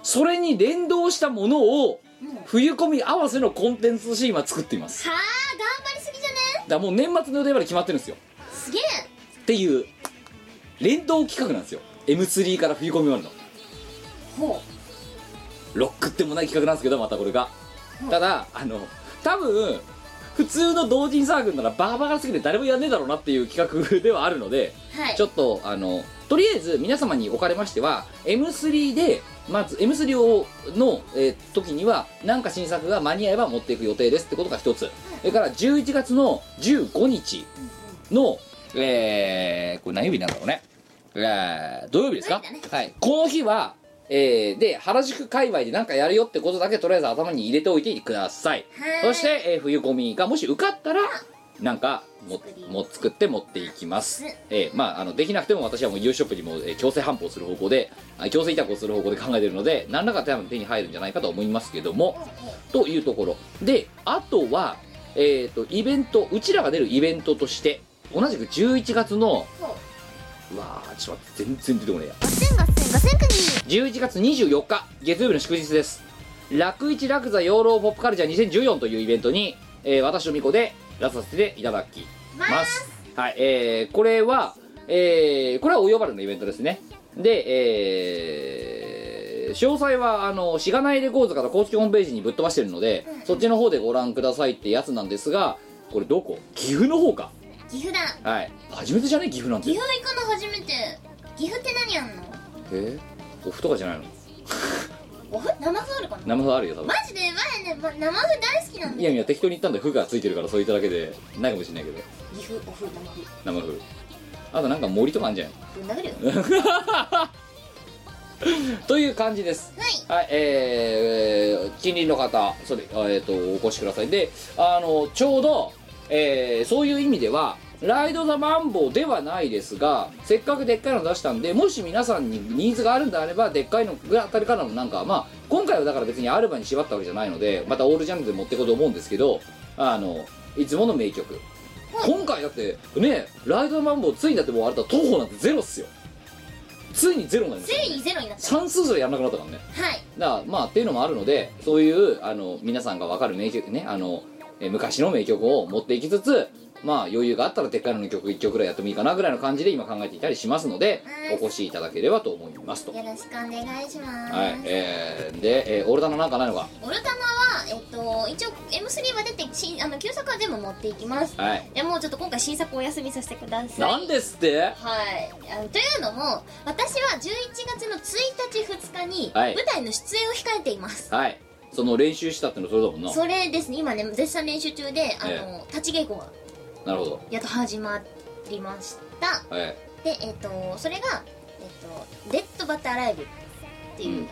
それに連動したものをうんはあ頑冬込み合わせのコンテンツとして今作っています張りすぎじゃねだからもう年末の予定まで決まってるんですよすげえっていう連動企画なんですよ M3 から冬込みまでのほロックってもない企画なんですけどまたこれがうんただあの多分普通の同人サークルならバカバカすぎて誰もやんねえだろうなっていう企画ではあるので、はいちょっとあのとりあえず皆様におかれましては M3 でまず M3 をの、えー時には何か新作が間に合えば持っていく予定ですってことが一つそれから11月の15日の、えー、これ何曜日なんだろうね、えー、土曜日ですか、土曜日はい、この日は、えー、で原宿界隈で何かやるよってことだけとりあえず頭に入れておいてくださいはいそして、えー冬コミがもし受かったらなんかもも作って持っていきます、えーまああのできなくても私はもう U ショップにも、えー強制販売する方向であ強制委託をする方向で考えているので何らか多分手に入るんじゃないかと思いますけどもというところであとはえっ、とイベントうちらが出るイベントとして同じく11月のうわーちょっと待って全然出てこねえやガセンガセンガセンクニ11月24日月曜日の祝日です楽市楽座養老ポップカルチャー2014というイベントに、えー私とみこで出させていただきますはいえー、これは、えー、これはお呼ばれのイベントですねでえー詳細はあのしがないレコードから公式ホームページにぶっ飛ばしてるので、そっちの方でご覧くださいってやつなんですがこれどこ岐阜の方か岐阜だはい初めてじゃね岐阜なんて岐阜行くの初めて岐阜って何やんのえー、オフとかじゃないのおふ生麩あるかな生放送あるよ多分マジで前ねま生麩大好きなんいだやよいや適当に言ったんで「ふ」がついてるからそう言っただけでないかもしれないけど岐阜おふ生生麩ふあとなんか森とかあんじゃんぶん殴るよという感じですはいはいえーえー近隣の方それ、あえー、とお越しくださいであのちょうど、えーそういう意味ではライド・ザ・マンボウではないですがせっかくでっかいの出したんでもし皆さんにニーズがあるんであればでっかいのが当たりからのなんかまあ今回はだから別にアルバに縛ったわけじゃないのでまたオールジャンルで持っていこうと思うんですけどあのいつもの名曲今回だってねライド・ザ・マンボウついにだってもうあれだ徒歩なんてゼロっすよついにゼロになりましたゼからね、リーゼロになった算数すらやらなくなったからねはいだからまあっていうのもあるのでそういうあの皆さんが分かる名曲ねあのえー昔の名曲を持っていきつつまあ余裕があったらでっかいのの曲1曲ぐらいやってもいいかなぐらいの感じで今考えていたりしますのではいお越しいただければと思いますとはよろしくお願いします、いえー、で、えー、オルタナなんかないのかオルタナは、えっと、一応 M3 は出て新あの旧作は全部持っていきますはいいやもうちょっと今回新作お休みさせてくださいなんですってはいあのというのも私は11月の1日2日にはい舞台の出演を控えています、はいその練習したってのはそれだもんなそれですね今ね絶賛練習中であの、え立ち稽古がなるほどやっと始まりましたはいでえっ、とそれが、えっと「デッド・バター・ライブ」っていう、うんあのま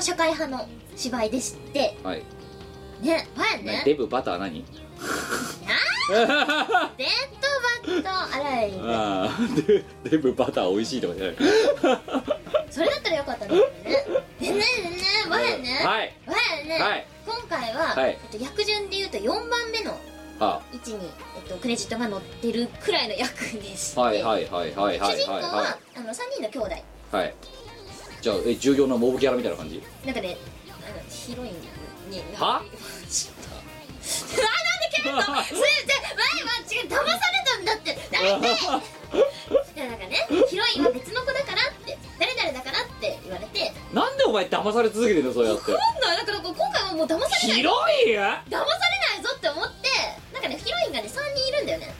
あ、社会派の芝居でしてはい、ねはいねデブバター何デッド・バター・ライ ブああデデブバター美味しいとかじゃないそれだったらよかったんだけどねでねでねわやねはいわやね、はい今回は、はいえっと、役順で言うと4番目のあ位置に、えっと、クレジットが載ってるくらいの役でして、はいはいはいはいはい主人公はいは、はいあの3人の兄弟はいじゃあえ重要なモブキャラみたいな感じなんかねあのヒロインにはちょっと あなんで蹴るのそれで前は違う騙されたんだって 大体いやなんかねヒロインは別の子だからって誰々だからって言われてなんでお前騙され続けてんのそうやっ今度はだからこう今回はもう騙さてれない広いよあ騙されないぞって思ってなんかねヒロインがね3人いるんだよね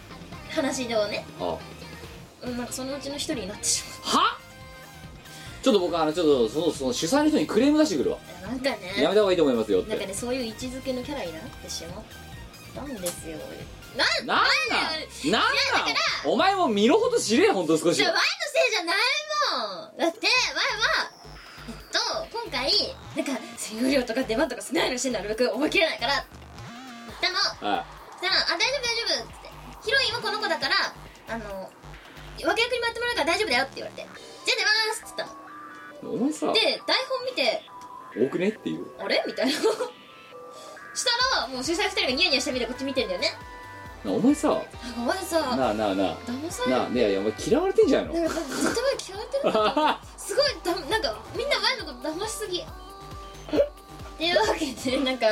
話ではねうんなんかそのうちの1人になってしはちょっと僕あのちょっとそのその主催の人にクレーム出してくるわまったなんかやねめた方がいいと思いますよっなんかてねそういう位置づけのキャラになってしまったんですよななんんなんなんいやだかなんお前も身の程知れほんと少しじゃあはワイのせいじゃないもんだってワイはえっと今回なんか水曜量とか出番とか少ないのしてなるべく覚えきれないからって言ったのはそしたら「あ大丈夫大丈夫」っつって「ヒロインはこの子だからあの脇役に回ってもらうから大丈夫だよ」って言われて「じゃあ出ます」っつったのいお前さで台本見て多くねっていう「あれ?」みたいな したらもう主催2人がニヤニヤしてみてこっち見てんだよねなお前さあお前さなあなあなあ騙されなあねえいやお前嫌われてんじゃないのなんかずっと前嫌われてるんだと思うすごいだなんかみんな前のこと騙し すぎっていうわけでなんか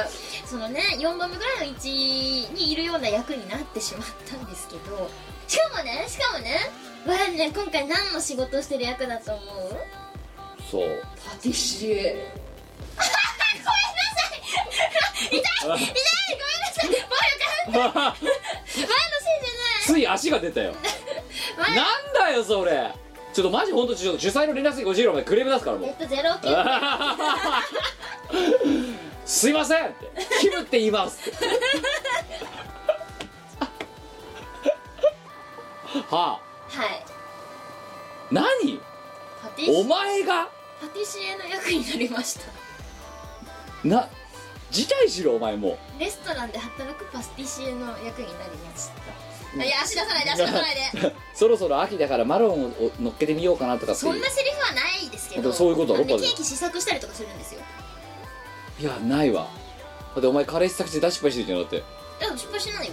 そのね4番目ぐらいの位置にいるような役になってしまったんですけどしかもねしかもねわらね今回何の仕事をしてる役だと思う そうパティシエごめんなさい痛い痛いごめんなさいもうよ つい足が出たよ前なんだよそれちょっとマジ本当ちょっと主催の連絡先教えろお前クレーム出すからもえうっとゼロ金すいませんって「キムって言います」 ってはあはい何パティおシ前がパティシエの役になりましたな辞退しろお前もレストランで働くパティシエの役になりましたいや足出さないで足出さないでそろそろ秋だからマロンを乗っけてみようかなとかっていそんうなセリフはないですけでどもそういうことだろあのねまずケーキ試作したりとかするんですよいやないわだってお前彼氏作詞出しっぱいしてるじゃんだってでも失敗しないよ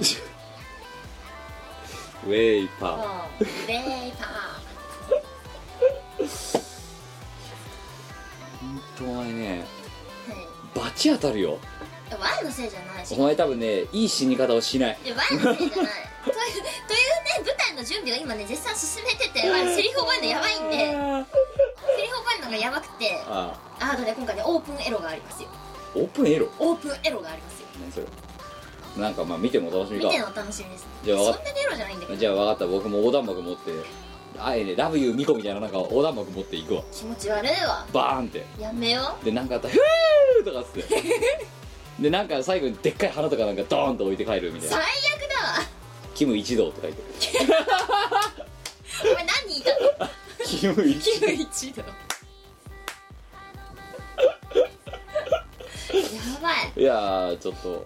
ウェイパーうんレイパー本当お前ねはいバチ当たるよワイのせいじゃないしお前多分ねいい死に方をしないいやワイのせいじゃ ないというというね舞台の準備を今ね絶賛進めててワイセリフ覚えるのやばいんでセリフ覚えるのがやばくてああとね今回ねオープンエロがありますよオープンエロオープンエロがありますよ何それなんかまあ見てもお楽しみ見かてのお楽しみですじゃあわかっそんなにエロじゃないんだけどじゃあ分かった僕も横断幕持ってあえねラブユーミコみたいななんか横断幕持っていくわ気持ち悪いわバーンってやめよでなんかあ ったら「フー!」とかっつってでなんか最後にでっかい花とかなんかドーンと置いて帰るみたい最な悪だわ「キム一同」とか言ってお前何言いたの「キム一同」一度やばいいやーちょっと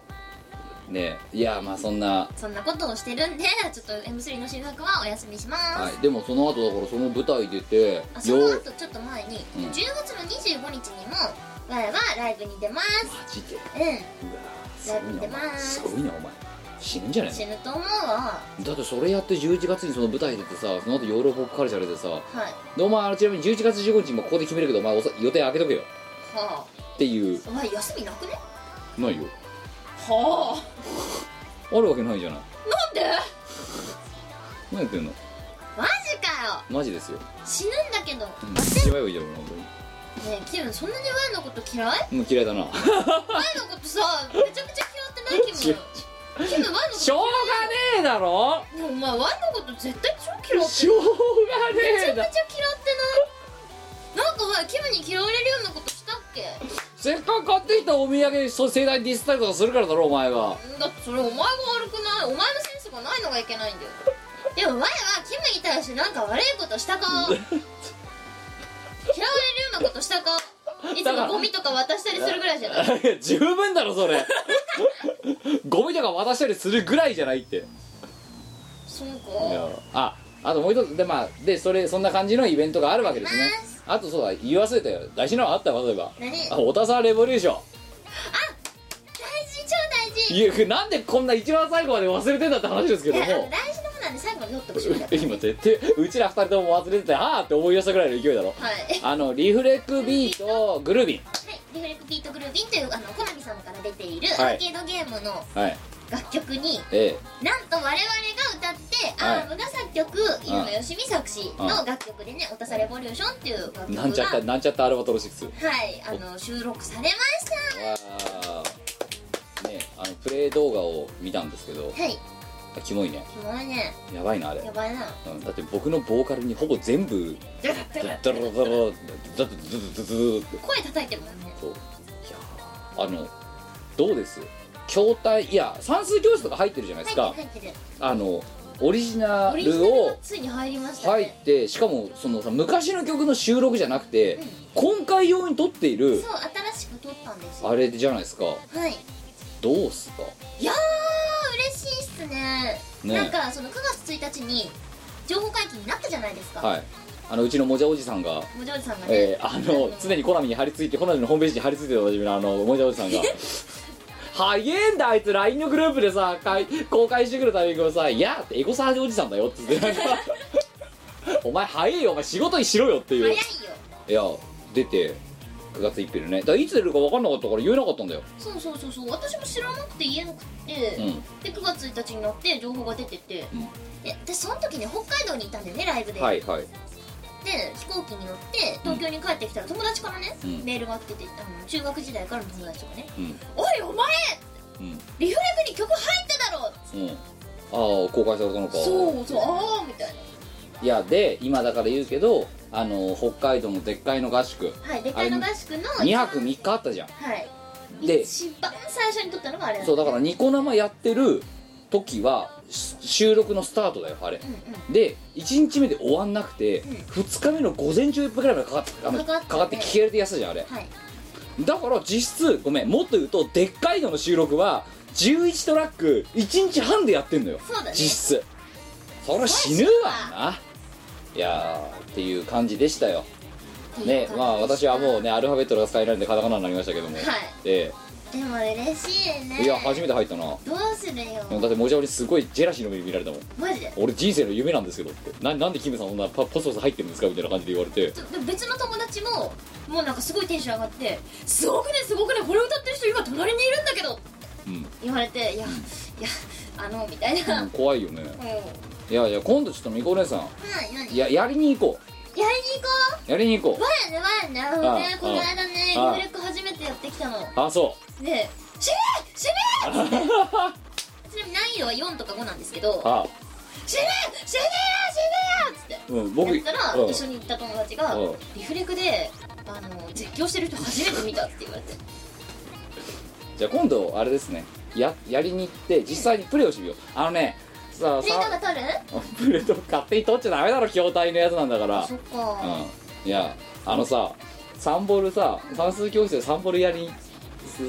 ねいやーまあそんなそんなことをしてるんでちょっと M3 の収録はお休みします、はいでもその後だからその舞台出てあそのう後ちょっと前に、うん10月の25日にもわいはライブに出まマジでうわすうんーすごいなおやってま前ーすすごいなお前死ぬんじゃない死ぬと思うわのだってそれやって11月にその舞台出てさその後ヨーロッパカルチャーでさはいでお前あのちなみに11月15日今ここで決めるけどお前おさ予定開けとけよはっていうあお前休みなくねないよはあるわけないじゃないあなんで何やってんのマジかよマジですよ死ぬんだけどうんしまえばいいじゃん俺本ねえキムそんなにわいのこと嫌いわい当にもう嫌いだなのことさめちゃくちゃ嫌ってない キムキムわいのことしょうがねえだろねえお前ワンのこと絶対超 嫌ってしょうがめちねゃえくちゃ嫌だってないなんかワイキムに嫌われるようなことしたっけせっかく買ってきたお土産でそう盛大にディスったりとかするからだろお前はだってそれお前が悪くないお前のセンスがないのがいけないんだよでも前はキムに対してなんか悪いことしたか嫌われるようなことしたかいつもゴミとか渡したりするぐらいじゃな い十分だろそれ ゴミとか渡したりするぐらいじゃないってそうかああともう一つでまあでそれそんな感じのイベントがあるわけですねあとそうだ言い忘れたよ大事なのあったわ例えば何大事あ超小田沢レボリューショ大事ンいやなんでこんな一番最後まで忘れてんだって話ですけいどやあのも大事なものなんで最後に 乗ってほしいんだ今絶対うちら二人とも忘れててああって思い出したぐらいの勢いだろはいはいあのリフレックビートグルービリフレックビートグルービンというあのコナミさんから出ているはアいーケードゲームのンはい楽曲にえなんと我々が歌って、はいアームが作曲井野よしみ作詞の楽曲でね「オタサレボリューション」っていう楽え曲がなんちゃったなんちゃったアルバトロシックスはいあの収録されましたわあねあのプレイ動画を見たんですけどはいあキモいねキモいねやばいなあれ、やばいなうん、だって僕のボーカルにほぼ全部ドロドロドロドロドロドロドロって声叩いてるもんねそういやあのどうです筐体いや算数教室とか入ってるじゃないです入ってるか入ってるあのオリジナオリジナルルをがついに入りました入っね、てしかもそのさ昔の曲の収録じゃなくて今回用に撮っているそう新しく撮ったんですよあれじゃないですかはいどうっすかいやー嬉しいっすねねなんかその9月1日に情報解禁になったじゃないですか、はいあのうちのもじゃおじさんがもじょうじさんがね、えー、あの常にコナミに張り付いてコナミのホームページに張り付いてたおなじみのあのもじゃおじ さんが「早えんだあいつ LINE のグループでさかい公開してくるタイミングをさ「いや」ってエゴサージおじさんだよって 言ってなんかお前早いよお前仕事にしろよ」っていう早いいよや出て9月1日でねだからいつ出るか分かんなかったから言えなかったんだよそうそうそうそう私も知らなくて言えなくて、うんで9月1日になって情報が出てて、うんで私その時ね北海道にいたんだよねライブで、はいはいで飛行機に乗って東京に帰ってきたら友達からね、うんメールが来ててあの中学時代からの友達がねうん「おいお前うんリフレクに曲入っただろううんああ公開されたのかそうそうああみたいないやで今だから言うけどあの北海道のでっかいの合宿はいでっかいの合宿の2泊3日あったじゃんはいで一番最初に撮ったのがあれなんそうだからニコ生やってる時はし収録のスタートだよあれうんうんで1日目で終わんなくて、うん2日目の午前中ぐらいまでかかってあのかかってかかって聞けるってやつじゃんあれはいだから実質ごめんもっと言うとでっかいのの収録は11トラック1日半でやってんのよそうだね実質そりゃ死ぬわないやーっていう感じでしたよねまあ私はもうねアルファベットが使えないんでカタカナになりましたけども、はいえでも嬉しいえねいや初めて入ったなどうするよだってもじゃおりすごいジェラシーの目に見られたもんマジで俺人生の夢なんですけどってななんでキムさんそんなパポソポソ入ってるんですかみたいな感じで言われてちょでも別の友達ももうなんかすごいテンション上がって「すごくねすごくねこれ歌ってる人今隣にいるんだけど」うん 言われて「いやいやあの」みたいな、ううんん怖いよねはいやいや今度ちょっとみこお姉さん何いややりに行こやりに行こうやりに行こうわやねわやねあのねこの間ねああリフレック初めてやってきたのうあそで「死ね死ね!」ちなみに難易度は4とか5なんですけうどあ「死ね死ねよ死ねよ!」っつってうん僕やったら、うん一緒に行った友達が、うんリフレクであの絶叫してる人初めて見たって言われてじゃあ今度あれですねややりに行って実際にプレイをしてみようあのねさあみんながさ撮るプレート勝手に取っちゃダメだろ筐体のやつなんだからそっか、うんいやあのさサンボルさ算数教室でサンボルやり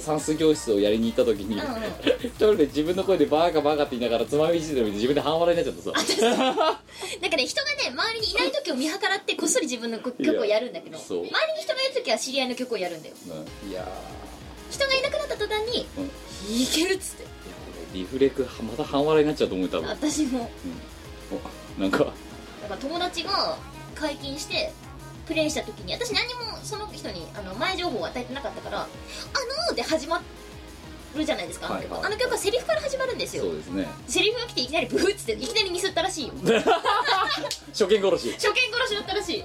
算数教室をやりに行った時に、うんうん一人で自分の声でバーカバーカって言いながらつまみいじってるのに自分で半笑いになっちゃってさなんかね人がね周りにいない時を見計らってこっそり自分の曲曲をやるんだけどいや周そりうに人がいる時は知り合いの曲をやるんだようんいやー人がいなくなった途端にうん「いける」っつってリフレクまた半笑いになっちゃうと思う多分 私もおなんかなんか友達が解禁してプレイした時に私何もその人にあの前情報を与えてなかったから「あのー」で始まるじゃないですかあの曲、はいはいあの曲はセリフから始まるんですよそうですねセリフが来ていきなりブーっつっていきなりミスったらしいよ初見殺し初見殺しだったらしい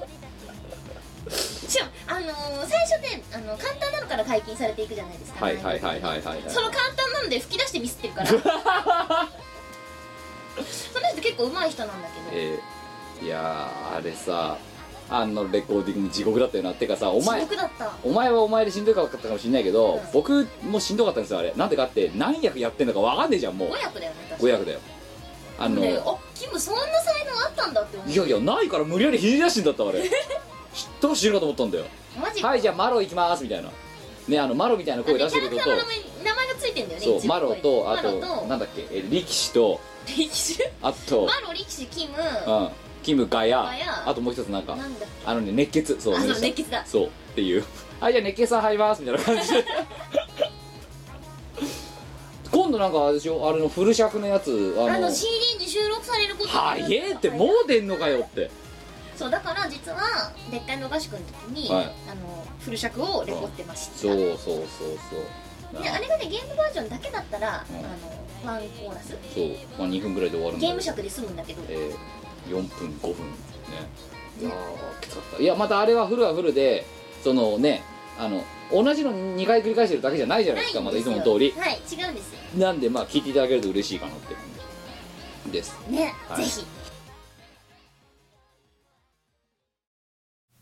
しかも、あのー最初であの簡単なのから解禁されていくじゃないですかはいはいはいはいはいはいその簡単なので吹き出してミスってるからその人結構上手い人なんだけど、えーいやーあれさあのレコーディングも地獄だったよなってかさお前地獄だったお前はお前でしんどかったかもしれないけど、うん僕もしんどかったんですよあれなんでかって何役やってんのかわかんねえじゃんもう5役だよね確5か役だよあの、であキムそんな才能あったんだって思いやいやないから無理やりひねり出してんだったあ れ知ったか知るかと思ったんだようマジはいじゃあマロ行きますみたいなねあのマロみたいな声あ出のしキてャることラクターの名前名前がついてんだよねそう一応マロとあマロととなんだっけえ力士と力士あとマロ力士キムうんキムガヤガヤあともう一つなんかなんだあのね熱血そうあ思い出そうした熱血だそうっていう「 はいじゃあ熱血さん入ります」みたいな感じで 今度なんかあれでしょあれのフル尺のやつああのの CD に収録されることになはるいえってもう出んのかよってそうだから実はでっかいの合宿の時に、はいあのフル尺をレコってましたそうそうそうそうであれがねゲームバージョンだけだったら、うんあのワンコーラスそう、まあ、2分ぐらいで終わるんだけゲーどム尺で済むんだけど、えー、4分5分ねいやーきつかったいやまたあれはフルはフルでそのねあの同じの2回繰り返してるだけじゃないじゃないですかまなたいいんつですものよ通りはい違うんですよなんでまあ聞いていただけると嬉しいかなってですね、はいぜひ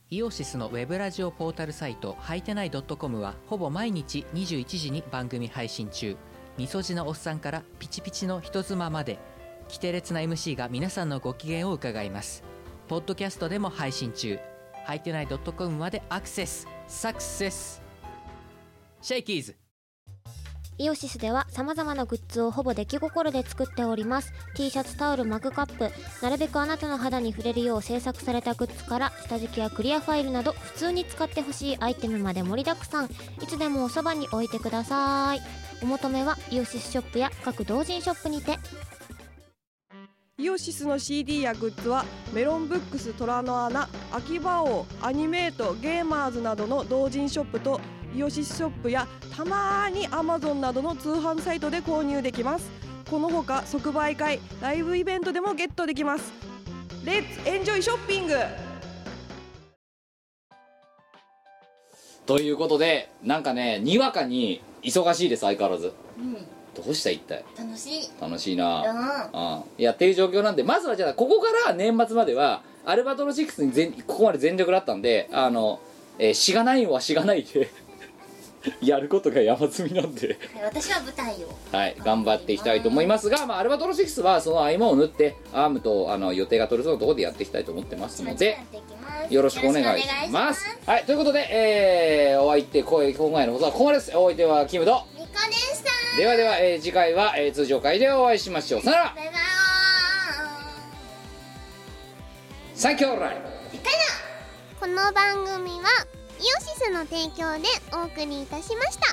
イオシスのウェブラジオポータルサイトはいてない .com はほぼ毎日21時に番組配信中みそじのおっさんからピチピチの人妻まで規定列な MC が皆さんのご機嫌を伺いますポッドキャストでも配信中はいてない .com までアクセスサクセスシェイキーズイオシスでは様々なグッズをほぼ出来心で作っております T シャツタオルマグカップなるべくあなたの肌に触れるよう制作されたグッズから下敷きやクリアファイルなど普通に使ってほしいアイテムまで盛りだくさんいつでもおそばに置いてくださいお求めはイオシスショップや各同人ショップにてイオシスの CD やグッズはメロンブックス虎の穴秋葉王アニメートゲーマーズなどの同人ショップとイオシスショップやたまーに Amazon などの通販サイトで購入できますこのほか即売会ライブイベントでもゲットできますレッツエンジョイショッピングということでなんかねにわかに忙しいです相変わらずうんどうした一体楽しい楽しいなうんはあいやっていう状況なんでまずはじゃあここから年末まではアルバトロ6に全ここまで全力だったんであの、えーしがないはしがないで やることが山積みなんでい私は舞台をはい頑張っていきたいと思いますが、まあ、アルバトロ6はその合間を縫ってアームとあの予定が取れそうなところでやっていきたいと思ってますのでやっていきますよろしくお願いしますはいということで、えーお相手声今回の放送はここまでですお相手はキムとみこでしたではでは、えー次回は、えー通常会でお会いしましょうさよならバイバーイサンキューオーライこの番組はイオシスの提供でお送りいたしました